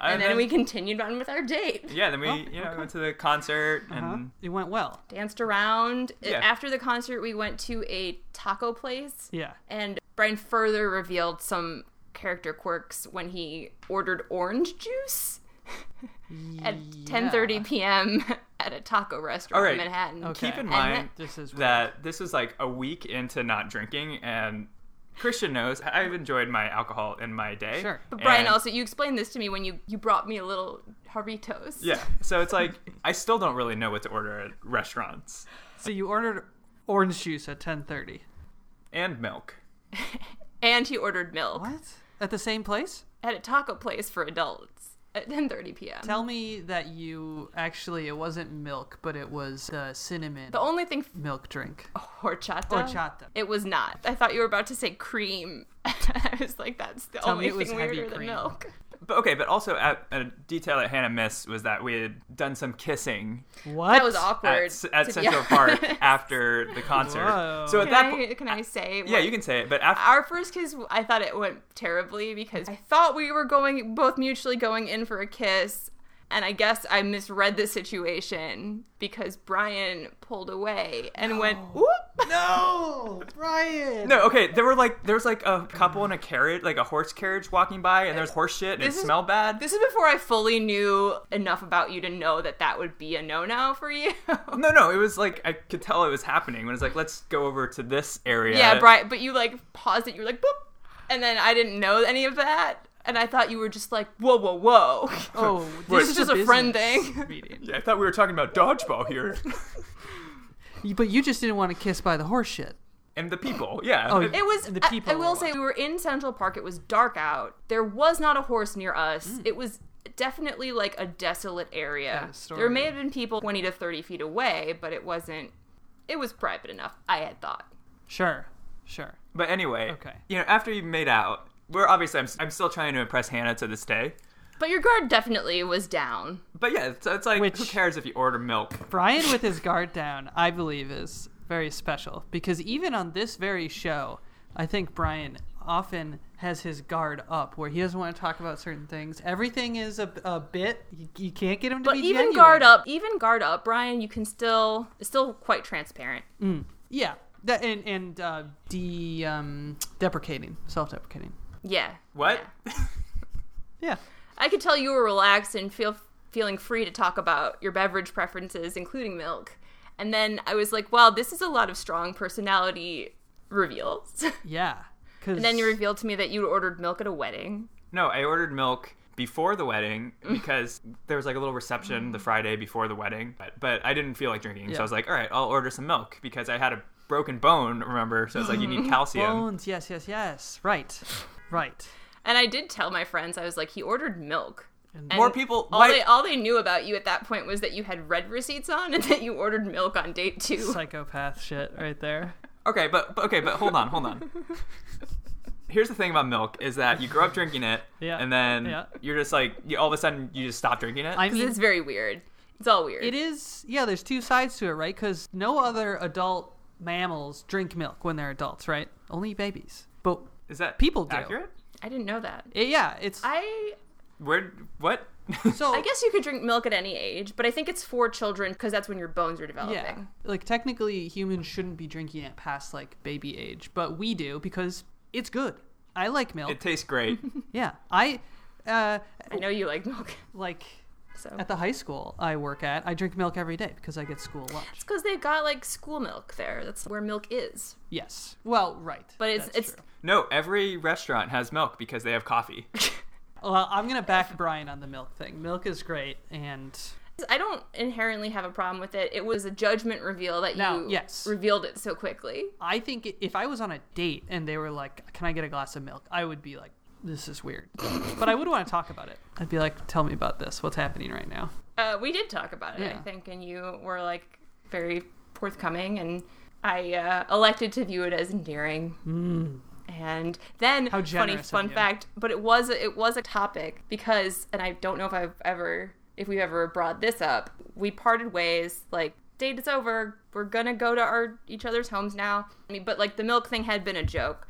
and then we Oh, continued on with our date Yeah, then we you know went to the concert Uh-huh. and huh? it went well. danced around Yeah. after the concert we went to a taco place Yeah. And Brian further revealed some character quirks when he ordered orange juice <laughs> at 10:30 p.m. <laughs> at a taco restaurant All right. in Manhattan. Okay. keep in And mind This is that this is like a week into not drinking and Christian knows I've enjoyed my alcohol in my day. Sure. But Brian And- also you explained this to me when you you brought me a little Jarritos. Yeah. So it's like I still don't really know what to order at restaurants So you ordered orange juice at 10:30. and milk. And he ordered milk What? At the same place? at a taco place for adults at 10:30 p.m. Tell me that you actually it wasn't milk, but it was the cinnamon the only thing milk drink. horchata. Horchata. It was not. I thought you were about to say cream. <laughs> I was like that's the Tell me only it was thing heavy weirder than cream. milk. But okay, but also at, a detail that Hannah missed was that we had done some kissing What? That was awkward. at, s- at to be Central honest. <laughs> Park after the concert. Whoa. So <laughs> at Can that I, point, can I say? yeah, you can say it. But after Our first kiss, I thought it went terribly because I thought we were going both mutually going in for a kiss. And I guess I misread the situation because Brian pulled away and went, whoop. No, Brian. No, okay. There were like there was like a couple in a carriage, like a horse carriage walking by, and there's horse shit and it This is- smelled bad. This is before I fully knew enough about you to know that that would be a no no for you. no, no, it was like I could tell it was happening when it's like let's go over to this area. <laughs> yeah, Brian, but you like paused it. You were like, boop. And then I didn't know any of that. And I thought you were just like, whoa, whoa, whoa. Oh, this Wait. is This is a friend business <laughs> thing. meeting. Yeah, I thought we were talking about dodgeball here <laughs> But you just didn't want to kiss by the horse shit. and the people. Yeah. Oh, It was The I- people I, will were say we were in Central Park. It was dark out. There was not a horse near us. Mm. It was definitely like a desolate area. Kind of story. There may have been people twenty to thirty feet away, but it wasn't. It was private enough. I had thought. Sure, sure. But anyway, Okay. You know, after you made out, we're obviously I'm, I'm still trying to impress Hannah to this day. But your guard definitely was down. But yeah, it's, it's like Which- who cares if you order milk? Brian with his guard down, I believe, is very special because even on this very show, I think Brian often has his guard up where he doesn't want to talk about certain things. Everything is a, a bit. You, you can't get him to But be even genuine. guard up, even guard up, Brian. You can still it's still quite transparent. Yeah. That, and and uh, de um, deprecating, self deprecating. Yeah. What? yeah. Yeah. I could tell you were relaxed and feel feeling free to talk about your beverage preferences, including milk. And then I was like, wow, this is a lot of strong personality reveals. <laughs> Yeah. Cause, and then you revealed to me that you ordered milk at a wedding. No, I ordered milk before the wedding <laughs> because there was like a little reception the Friday before the wedding. But, but I didn't feel like drinking, so Mm. Yeah. I was like, all right, I'll order some milk because I had a broken bone. Remember, so it's like you <gasps> need calcium. bones. Yes, yes, yes. Right. Right. And I did tell my friends, I was like, he ordered milk. And More people- All why- they all they knew about you at that point was that you had red receipts on <laughs> and that you ordered milk on date <laughs> two. Psychopath shit right there. <laughs> Okay, but, but okay, but hold on, hold <laughs> on. Here's the thing about milk is that you grow up drinking it, Yeah, and then yeah. you're just like you, all of a sudden you just stop drinking it. I Because mean, it's very weird. It's all weird. It is, yeah, there's two sides to it, right? Because no other adult mammals drink milk when they're adults, right? Only babies. But Is that People do. accurate? I didn't know that. eh, yeah, it's I Where what? so I guess you could drink milk at any age, but I think it's for children because that's when your bones are developing. yeah, like technically humans shouldn't be drinking it past like baby age, but we do because it's good. I like <laughs> milk. it tastes <laughs> great. yeah, I uh, I know you like milk, <laughs> like so at the high school I work at. I drink milk every day because I get school lunch. because they got like school milk there. That's where milk is, Yes, well, right, but it's That's it's true. No, every restaurant has milk because they have coffee. Well, I'm gonna back Brian on the milk thing. Milk is great, and I don't inherently have a problem with it. It was a judgment reveal that No, you yes. revealed it so quickly. I think i- if I was on a date and they were like, "Can I get a glass of milk?" I would be like, "This is <laughs> weird," but I would want to talk about it. I'd be like, "Tell me about this. What's happening right now?" Uh, we did talk about it, I Yeah. think, and you were like very forthcoming, and I uh, elected to view it as endearing. And then, Hmm. How funny generous of fun you. fact, but it was it was a topic because, and I don't know if I've ever if we've ever brought this up. We parted ways, like date is over. We're gonna go to our each other's homes now. I mean, but like the milk thing had been a joke.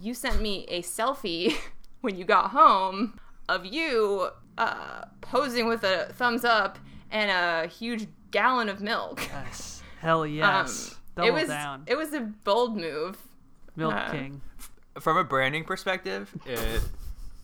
You sent me a selfie <laughs> when you got home of you uh, posing with a thumbs up and a huge gallon of milk. Yes, hell Um, yes. Double it was down, it was a bold move. milk uh, king. From a branding perspective, it,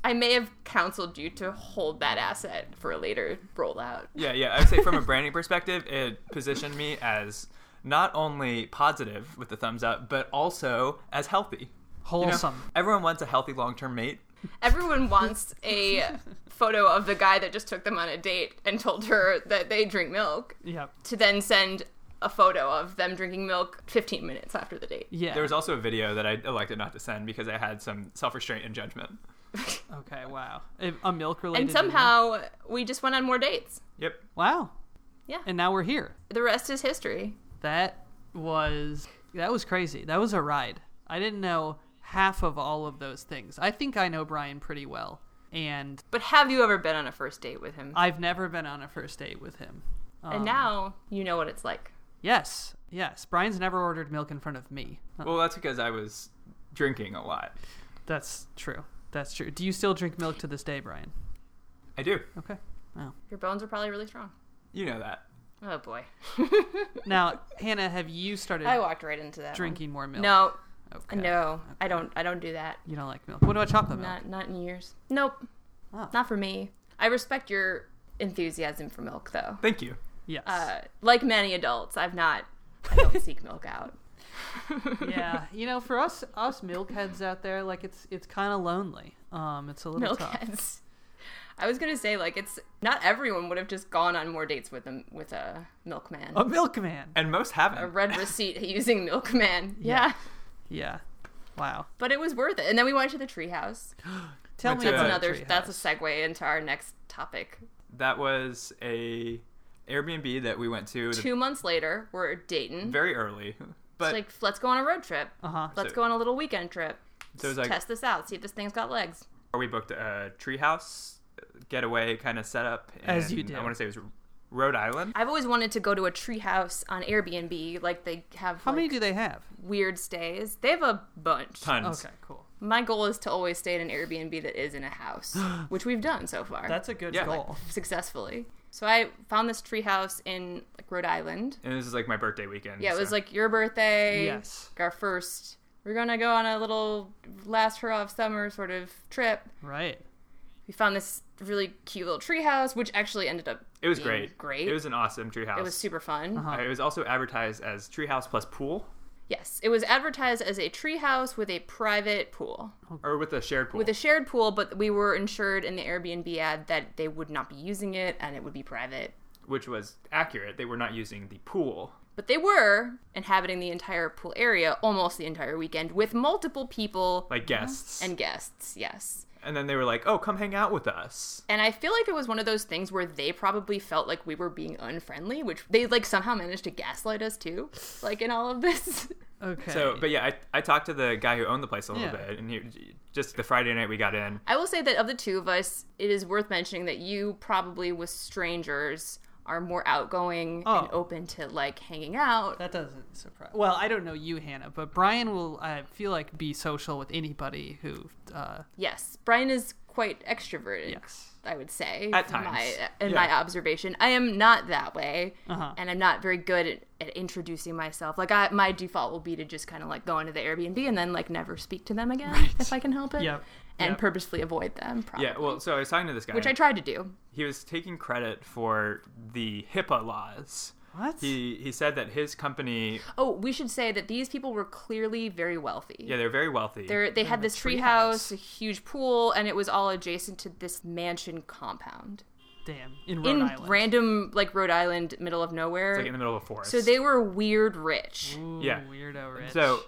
I may have counseled you to hold that asset for a later rollout. yeah, yeah, I'd say from a branding perspective, it positioned me as not only positive with the thumbs up, but also as healthy. You know, Wholesome. everyone wants a healthy long-term mate. Everyone wants <laughs> a photo of the guy that just took them on a date and told her that they drink milk Yep. to then send a photo of them drinking milk 15 minutes after the date. Yeah. There was also a video that I elected not to send because I had some self-restraint and judgment. okay. Wow. A, a milk related. And somehow we just went on more dates. Yep. Wow. Yeah. And now we're here. The rest is history. That was that was crazy. That was a ride. I didn't know half of all of those things. I think I know Brian pretty well, and But have you ever been on a first date with him? I've never been on a first date with him. Um, and now you know what it's like. Yes, yes. Brian's never ordered milk in front of me. Uh, Well, that's because I was drinking a lot. That's true. That's true. Do you still drink milk to this day, Brian? I do. Okay. Oh. Your bones are probably really strong. You know that. Oh boy. Now, Hannah, have you started <laughs> I walked right into that. one. drinking more milk? No, Okay. no, I don't. I don't do that. You don't like milk. What about chocolate milk? Not not in years. Nope. Oh. Not for me. I respect your enthusiasm for milk, though. Thank you. Yes. Uh, like many adults, I've not. I don't <laughs> seek milk out. yeah, you know, for us us milkheads out there, like it's it's kind of lonely. Um, it's a little milk tough. heads. I was gonna say like it's not everyone would have just gone on more dates with a with a milkman, A milkman. And most haven't. a red receipt <laughs> using milkman. Yeah. Yeah. Wow. but it was worth it. And then we went to the treehouse. Tell That's me a- That's Uh, about another. Treehouse. That's a segue into our next topic. That was a Airbnb that we went to the- Two months later, we're dating. very early. It's But like let's go on a road trip. Uh-huh. Let's So- go on a little weekend trip. so it was like Test this out. See if this thing's got legs. we booked a treehouse uh, getaway kind of setup. As you in- I do. want to say it was Rhode Island. I've always wanted to go to a treehouse on Airbnb. Like they have How many like, do they have? weird stays. They have a bunch. Tons. Okay, cool. My goal is to always stay at an Airbnb that is in <gasps> a house, which we've done so far That's a good Yeah. goal. successfully. So I found this treehouse in like Rhode Island. And this is like my birthday weekend. Yeah, it was so- like your birthday. Yes. Our first. We're gonna go on a little last hurrah of summer sort of trip. Right. We found this really cute little treehouse, which actually ended up It was being great. Great. It was an awesome treehouse. It was super fun. Uh, it was also advertised as treehouse plus pool, Yes, it was advertised as a treehouse with a private pool, or with a shared pool. with a shared pool, but we were insured in the Airbnb ad that they would not be using it and it would be private. which was accurate. They were not using the pool. But they were inhabiting the entire pool area almost the entire weekend with multiple people Like Uh-huh. guests. and guests. Yes. and then they were like, oh, come hang out with us. And I feel like it was one of those things where they probably felt like we were being unfriendly, which they like somehow managed to gaslight us too, <laughs> like in all of this. <laughs> Okay. So, but yeah, I, I talked to the guy who owned the place a little Yeah. bit, and he, just the Friday night we got in, I will say that of the two of us, it is worth mentioning that you probably with strangers are more outgoing and Oh. open to like hanging out. that doesn't surprise. Well, I don't know you, Hannah, but Brian will. I feel like be social with anybody who. Uh, Yes, Brian is quite extroverted. yes. I would say At in my, times. in Yeah. my observation, I am not that way, Uh-huh. and I'm not very good at, at introducing myself. Like I, my default will be to just kind of like go into the Airbnb and then like never speak to them again if I can help it, Yep. and Yep. purposefully avoid them. Probably. Yeah, well, so I was talking to this guy. which I tried to do. he was taking credit for the HIPAA laws. What? He he said that his company, Oh, we should say that these people were clearly very wealthy. yeah, they're very wealthy. There, they had a this tree treehouse, house. a huge pool, and it was all adjacent to this mansion compound Damn. In Rhode in Island. random, like Rhode Island, middle of nowhere. like in the middle of a forest. so they were weird rich. Ooh, Yeah. Weirdo rich. So,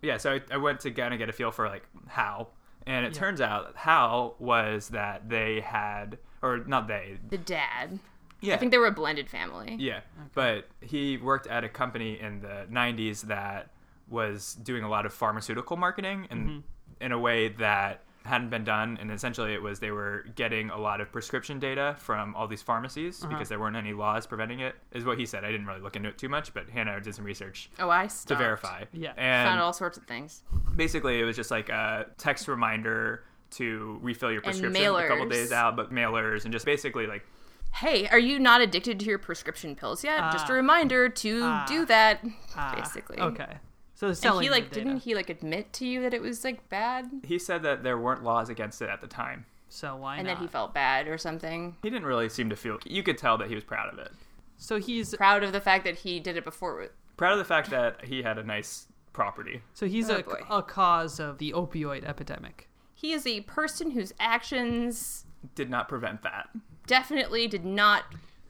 yeah, so I, I went to kind of get a feel for like how, and it turns out how was that they had, or not they, The dad, yeah, I think they were a blended family. yeah, but he worked at a company in the '90s that was doing a lot of pharmaceutical marketing and Mm-hmm. in a way that hadn't been done and essentially it was they were getting a lot of prescription data from all these pharmacies Uh-huh. because there weren't any laws preventing it is what he said i didn't really look into it too much but hannah did some research Oh, I to stopped. verify Yeah. and Found all sorts of things. basically it was just like a text reminder to refill your prescription a couple mailers. days out, but mailers and just basically like Hey, are you not addicted to your prescription pills yet? Just a Ah. reminder to Ah. do that, Ah, basically. Okay. So they're And selling. he your like data. didn't he like admit to you that it was like bad, he said that there weren't laws against it at the time. So why and not? that he felt bad or something? He didn't really seem to feel you could tell that he was proud of it. so he's Proud of the fact that he did it before Proud of the fact that he had a nice property. so he's Oh, a, boy. a cause of the opioid epidemic. He is a person whose actions Did not prevent that. definitely did not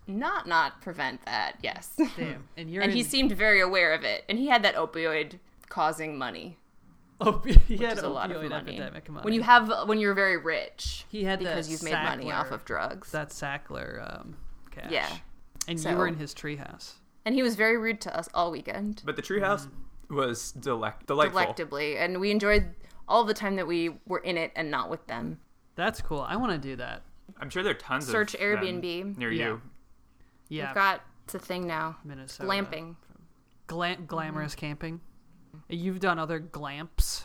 not not prevent that. Yes. Damn. And you're Hmm. <laughs> and in, he seemed very aware of it. And he had that opioid causing money, opi- <laughs> he which had is a opioid lot of money. epidemic money. When <laughs> you have when you're very rich, He had because that you've made money off Sackler- of drugs. that Sackler um, cash. Yeah. And So- you were in his treehouse. And he was very rude to us all weekend, But the treehouse was delec- delightful. collectively, and we enjoyed all the time that we were in it and not with them. That's cool. I want to do that. I'm sure there are tons Search of them Airbnb. near Yeah. you. Yeah. uh, We've got it's a thing now. Minnesota. Glamping. Mm-hmm. Glam- glamorous camping. You've done other glamps.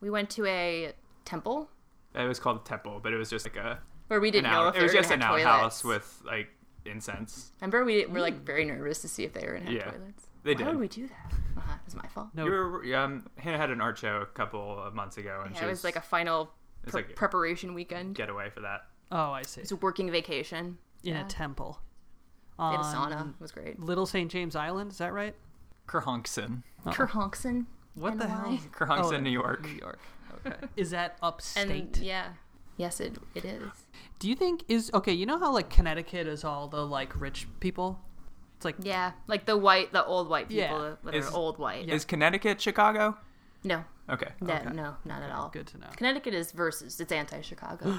We went to a temple It was called Temple, but it was just like a Where we an didn't know out, if it they was were just gonna an have outhouse toilets. with like incense. Remember, we were Mm. like very nervous to see if they were gonna have Yeah. toilets. They Why did. would we do that? Uh-huh. It was my fault. No, You were um, Hannah had an art show a couple of months ago, and Yeah, she it was like a final it's pre- like a- preparation weekend. get away for that. oh, I see. It's a working vacation. In yeah. a temple. They had a On sauna. It was great. Little St. James Island, is that right? Kerhonkson, Kerhonkson. What the hell? Kerhonkson, Oh, New York. New York. <laughs> Is that And upstate? yeah. Yes, it, it is. Do you think is okay? You know how like Connecticut is all the like rich people. It's like Yeah. Like the white, the old white people Yeah. Oh, that Is- are old white. Is Connecticut Chicago? No. Okay. No, Okay. no, not at all. good to know. Connecticut is versus. It's <gasps> anti Chicago.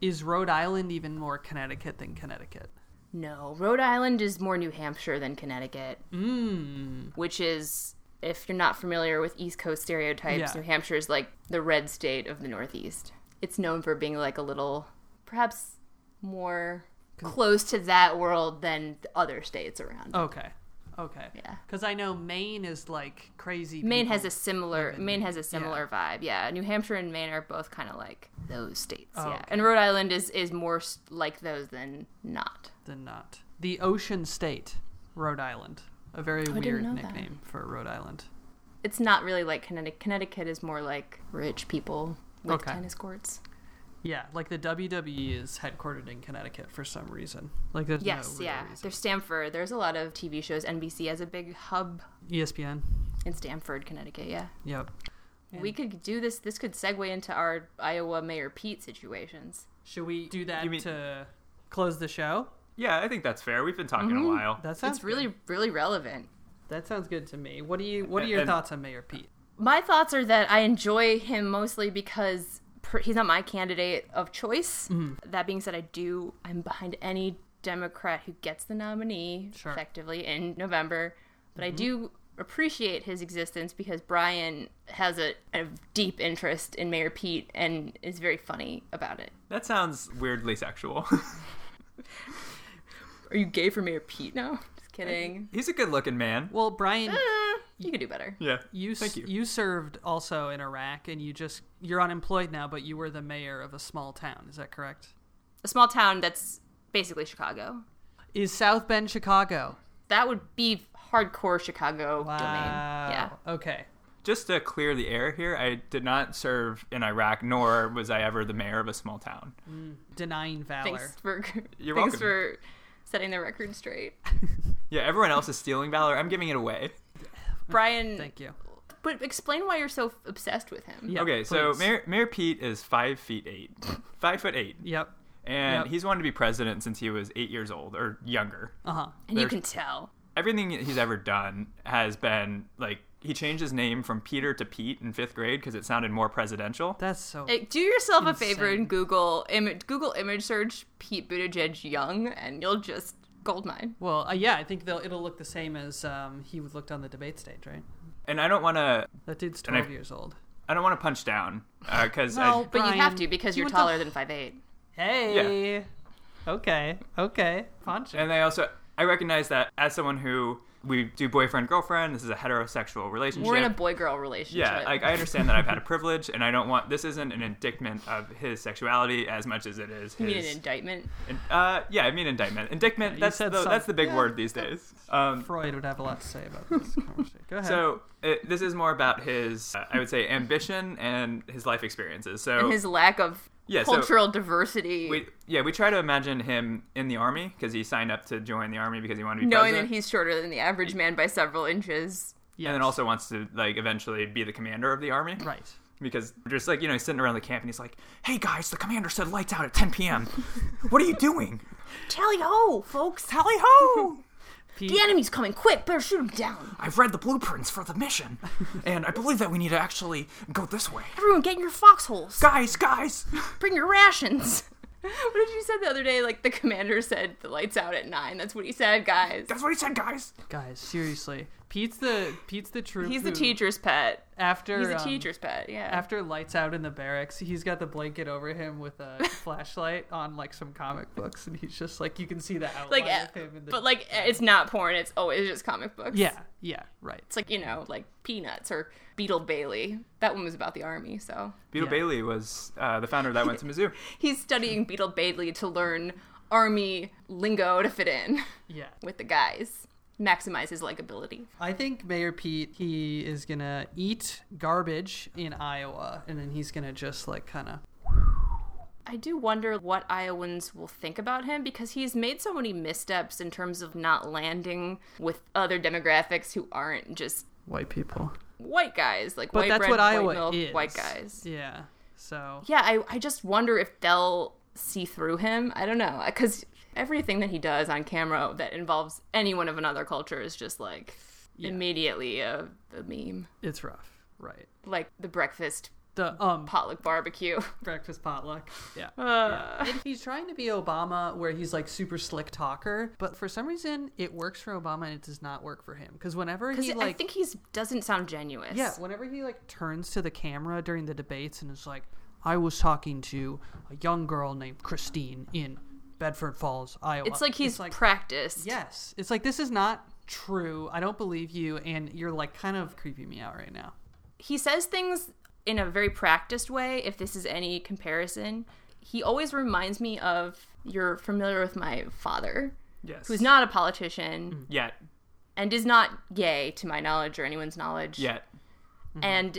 Is Rhode Island even more Connecticut than Connecticut? no. Rhode Island is more New Hampshire than Connecticut. Mm. Which is, if you're not familiar with East Coast stereotypes, Yeah. New Hampshire is like the red state of the Northeast. It's known for being like a little, perhaps more close to that world than the other states around. Okay, okay. Yeah. Because I know Maine is like crazy. Maine people. has a similar Maine has a similar vibe. Yeah, New Hampshire and Maine are both kind of like those states. yeah, Oh, okay. and Rhode Island is is more s- like those than not. than not the Ocean State, Rhode Island. A very weird know that. nickname for Rhode Island. It's not really like Connecticut. Connecticut is more like rich people with Okay. tennis courts. Yeah, like the WWE is headquartered in Connecticut for some reason. Like there's no Yes, real yeah. reason. There's Stamford. There's a lot of TV shows. NBC has a big hub ESPN. in Stamford, Connecticut. Yeah, Yep. we could do this. This could segue into our Iowa Mayor Pete situations. Should we do that You mean- to close the show? Yeah, I think that's fair. We've been talking Mm-hmm. a while. That sounds it's really really relevant. That sounds good to me. What do you What are your And- thoughts on Mayor Pete? my thoughts are that I enjoy him mostly because per- he's not my candidate of choice. That being said, I do I'm behind any Democrat who gets the nominee Sure. effectively in November, but I do appreciate his existence because Brian has a, a deep interest in Mayor Pete and is very funny about it. That sounds weirdly sexual. <laughs> Are you gay for Mayor Pete now? Just kidding. He's a good-looking man. Well, Brian, Eh, you could do better. Yeah. you s- Thank you. you served also in Iraq, and you just you're unemployed now, but you were the mayor of a small town. Is that correct? A small town that's basically Chicago. Is South Bend Chicago? That would be hardcore Chicago Wow. domain. Yeah. Okay. Just to clear the air here, I did not serve in Iraq, nor was I ever the mayor of a small town. Denying valor. Thanks for <laughs> You're thanks welcome. for setting the record straight. Yeah, everyone else is stealing valor. I'm giving it away. Brian, Thank you. but explain why you're so obsessed with him. Yeah, okay, so please. Mayor, mayor Pete is five feet <laughs> eight, five foot eight, Yep. and Yep. he's wanted to be president since he was eight years old or younger. Uh huh. and you there's- can tell. Everything he's ever done has been like he changed his name from Peter to Pete in fifth grade because it sounded more presidential. That's so. Hey, do yourself a favor Insane. and Google image Google image search Pete Buttigieg young, and you'll just goldmine. well, uh, yeah, I think they'll, it'll look the same as um, he would looked on the debate stage, right? And I don't want to, That dude's And I- 12 years old. I don't want to punch down uh, because Well, But you have Brian, to because you you're went to taller f- than five eight. Hey. Okay. Okay. Punch. And I also I recognize that as someone who we do boyfriend girlfriend. This is a heterosexual relationship. We're in a boy girl relationship. yeah, like I understand that I've had a privilege, and I don't want this isn't an indictment of his sexuality as much as it is you mean an his. indictment? uh, yeah, I mean indictment. Indictment. that's the, said some- that's the big yeah. word these days. Um, Freud would have a lot to say about this conversation. Go ahead. so it, this is more about his, uh, I would say, ambition and his life experiences. So And his lack of Oh. Yeah, so- cultural diversity, we, yeah, we try to imagine him in the army because he signed up to join the army because he wanted to be knowing president. that he's shorter than the average man by several inches. Yes. and then also wants to like eventually be the commander of the army. Right. because just like you know he's sitting around the camp and he's like hey guys the commander said lights out at 10 p.m what are you doing Tally ho, folks! tally ho Pete, The enemy's coming! Quick, better shoot him down! i've read the blueprints for the mission and i believe that we need to actually go this way Everyone, get in your foxholes! guys guys Bring your rations. <laughs> what did you say the other day? Like the commander said, the lights out at nine. That's what he said, guys. that's what he said guys guys, seriously. Pete's the Pete's the troop. He's the who, teacher's pet. After He's a um, teacher's pet. Yeah. After lights out in the barracks, he's got the blanket over him with <laughs> a flashlight on like some comic books, and he's just like you can see the outline like, eh, of him. In the, but like, eh, it's not porn. It's always just comic books. yeah, yeah, right. It's like you know, like Peanuts or Beetle Bailey. That one was about the army, so Beetle Yeah. Bailey was uh, the founder that went to <laughs> Mizzou. he's studying Beetle Bailey to learn army lingo to fit in <laughs> Yeah, with the guys, maximize his likability. I think Mayor Pete he is gonna eat garbage in Iowa, and then he's gonna just like kind of I do wonder what Iowans will think about him because he's made so many missteps in terms of not landing with other demographics who aren't just white people. white guys, like But white that's bread, what white Iowa milk, is. white guys. Yeah. So Yeah, I, I just wonder if they'll see through him. I don't know. Because everything that he does on camera that involves anyone of another culture is just like immediately a, a meme. it's rough, right? Like the breakfast The um potluck barbecue. breakfast potluck. <laughs> Yeah. Uh, And he's trying to be Obama, where he's like super slick talker, but for some reason it works for Obama and it does not work for him. Because whenever Because he I like, think he's doesn't sound genuine. yeah, whenever he like turns to the camera during the debates and is like, "I was talking to a young girl named Christine in Bedford Falls, Iowa." It's like he's like, practiced. yes, it's like this is not true. I don't believe you, and you're like kind of creeping me out right now. he says things in a very practiced way if this is any comparison he always reminds me of you're familiar with my father Yes. who's not a politician yet? and is not gay to my knowledge or anyone's knowledge Yet. and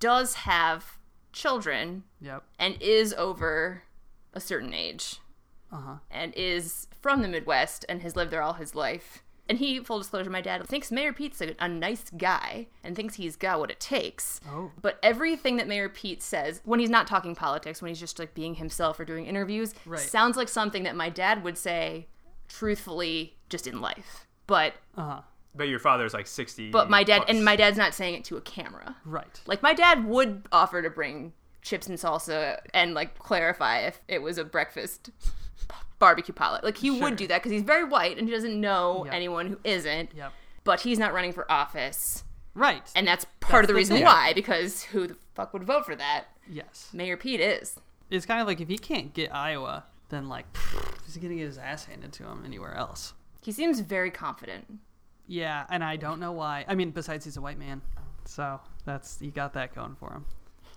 does have children Yep. and is over a certain age Uh-huh. and is from the midwest and has lived there all his life and he full disclosure my dad thinks mayor pete's a, a nice guy and thinks he's got what it takes Oh. but everything that Mayor Pete says when he's not talking politics, when he's just like being himself or doing interviews, Right. sounds like something that my dad would say truthfully just in life. But Uh huh. But your father's like sixty. but my dad and plus. my dad's not saying it to a camera. Right. Like my dad would offer to bring chips and salsa and like clarify if it was a breakfast barbecue pilot. Like he Sure. would do that cuz he's very white and he doesn't know Yep. anyone who isn't. Yep. But he's not running for office. Right. And that's part That's of the, the reason thing. why, because who the fuck would vote for that? yes. Mayor Pete is. it's kind of like if he can't get Iowa, then like he's gonna get his ass handed to him anywhere else. He seems very confident. Yeah, and I don't know why. I mean, besides he's a white man, so that's you got that going for him.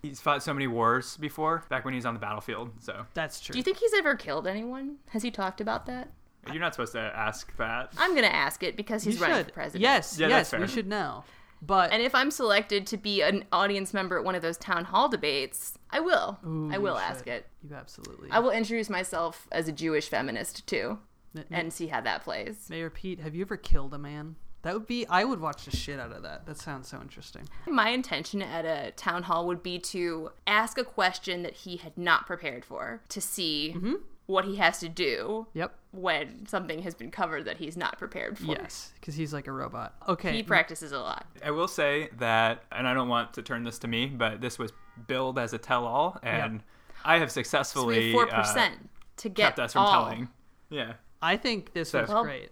He's fought so many wars before, back when he was on the battlefield. So That's true. Do you think he's ever killed anyone? Has he talked about that? you're not supposed to ask that. I'm gonna ask it because he's You running should. for president. Yes, Yeah, yes, that's we fair. should know. But And if I'm selected to be an audience member at one of those town hall debates, I will. Ooh, I will you ask should. it. you absolutely. I will introduce myself as a Jewish feminist too, Ma- Ma- and see how that plays. Mayor Pete, have you ever killed a man? That would be. I would watch the shit out of that. That sounds so interesting. My intention at a town hall would be to ask a question that he had not prepared for to see Mm-hmm. what he has to do Yep. when something has been covered that he's not prepared for. Yes, because he's like a robot. Okay. He practices a lot. I will say that, and I don't want to turn this to me, but this was billed as a tell-all, and I have successfully four uh, percent to get kept us from all. telling. Yeah. I think this So- was Well- great.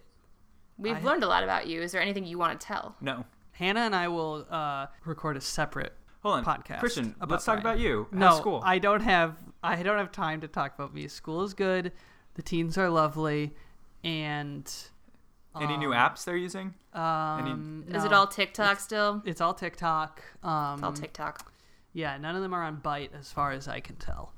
We've I- learned a lot about you. Is there anything you want to tell? No. Hannah and I will uh, record a separate Hold on, podcast. Christian. about let's talk Brian. about you. How's No, school? I don't have. I don't have time to talk about me. School is good. The teens are lovely, and Any new apps they're using? um, Is it no, all TikTok still? It's all TikTok. Um, All TikTok. yeah, none of them are on Bite, as far as I can tell.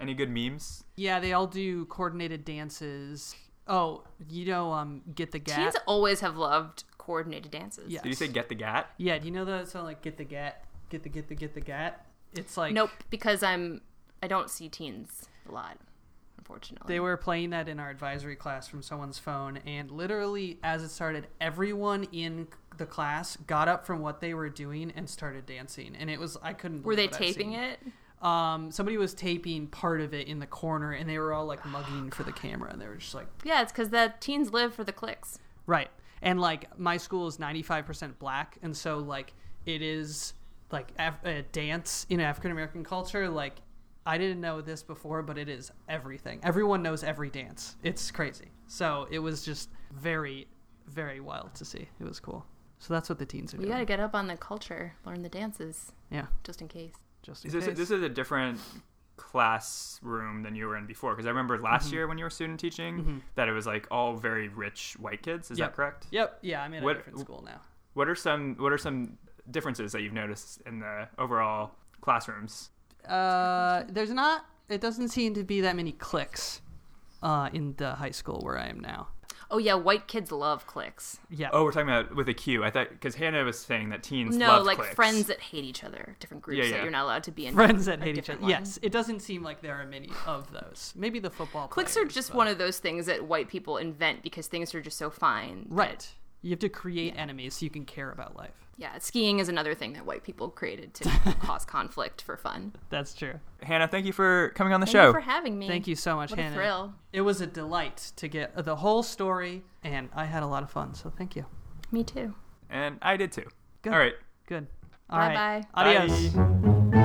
Any good memes? Yeah, they all do coordinated dances. Oh, you know, um, get the gat. Teens always have loved coordinated dances. Yeah. Did you say get the gat? yeah, do you know the song like get the gat, get the get the get the gat? It's like Nope, because I'm I don't see teens a lot, unfortunately. They were playing that in our advisory class from someone's phone, and literally, as it started, everyone in the class got up from what they were doing and started dancing. And it was I couldn't. Were they believe what I'd taping seen. it? Um, somebody was taping part of it in the corner, and they were all like mugging for the camera, and they were just like, Yeah, it's because the teens live for the clicks. right. And like my school is ninety five percent black, and so like it is like Af- uh, dance in African American culture, like. I didn't know this before, but it is everything. Everyone knows every dance. It's crazy. So it was just very, very wild to see. It was cool. So that's what the teens are You doing. got to get up on the culture, learn the dances, yeah, just in case. just in Is this, case. this is a different classroom than you were in before? Because I remember last Mm-hmm. year when you were student teaching that it was like all very rich white kids. Is Yep. that correct? Yep. Yeah, I'm in a What- different school now. What are some What are some differences that you've noticed in the overall classrooms? Uh, there's not. It doesn't seem to be that many clicks uh, in the high school where I am now. Oh yeah, white kids love clicks. Yeah. Oh, we're talking about with a Q. I thought because Hannah was saying that teens No, love like cliques. friends that hate each other, different groups Yeah, yeah. that you're not allowed to be in. Friends that a hate each other. different one. Yes, it doesn't seem like there are many of those. Maybe the football. Clicks are players, just but- one of those things that white people invent because things are just so fine. Right. You have to create enemies so you can care about life. Yeah, skiing is another thing that white people created to <laughs> cause conflict for fun. That's true. Hannah, thank you for coming on the Thank show. you for having me. Thank you so much, What a Hannah. thrill. It was a delight to get the whole story, and I had a lot of fun. So thank you. Me too. and I did too. Good. All right. Good. All right. Bye-bye. Adios. Bye.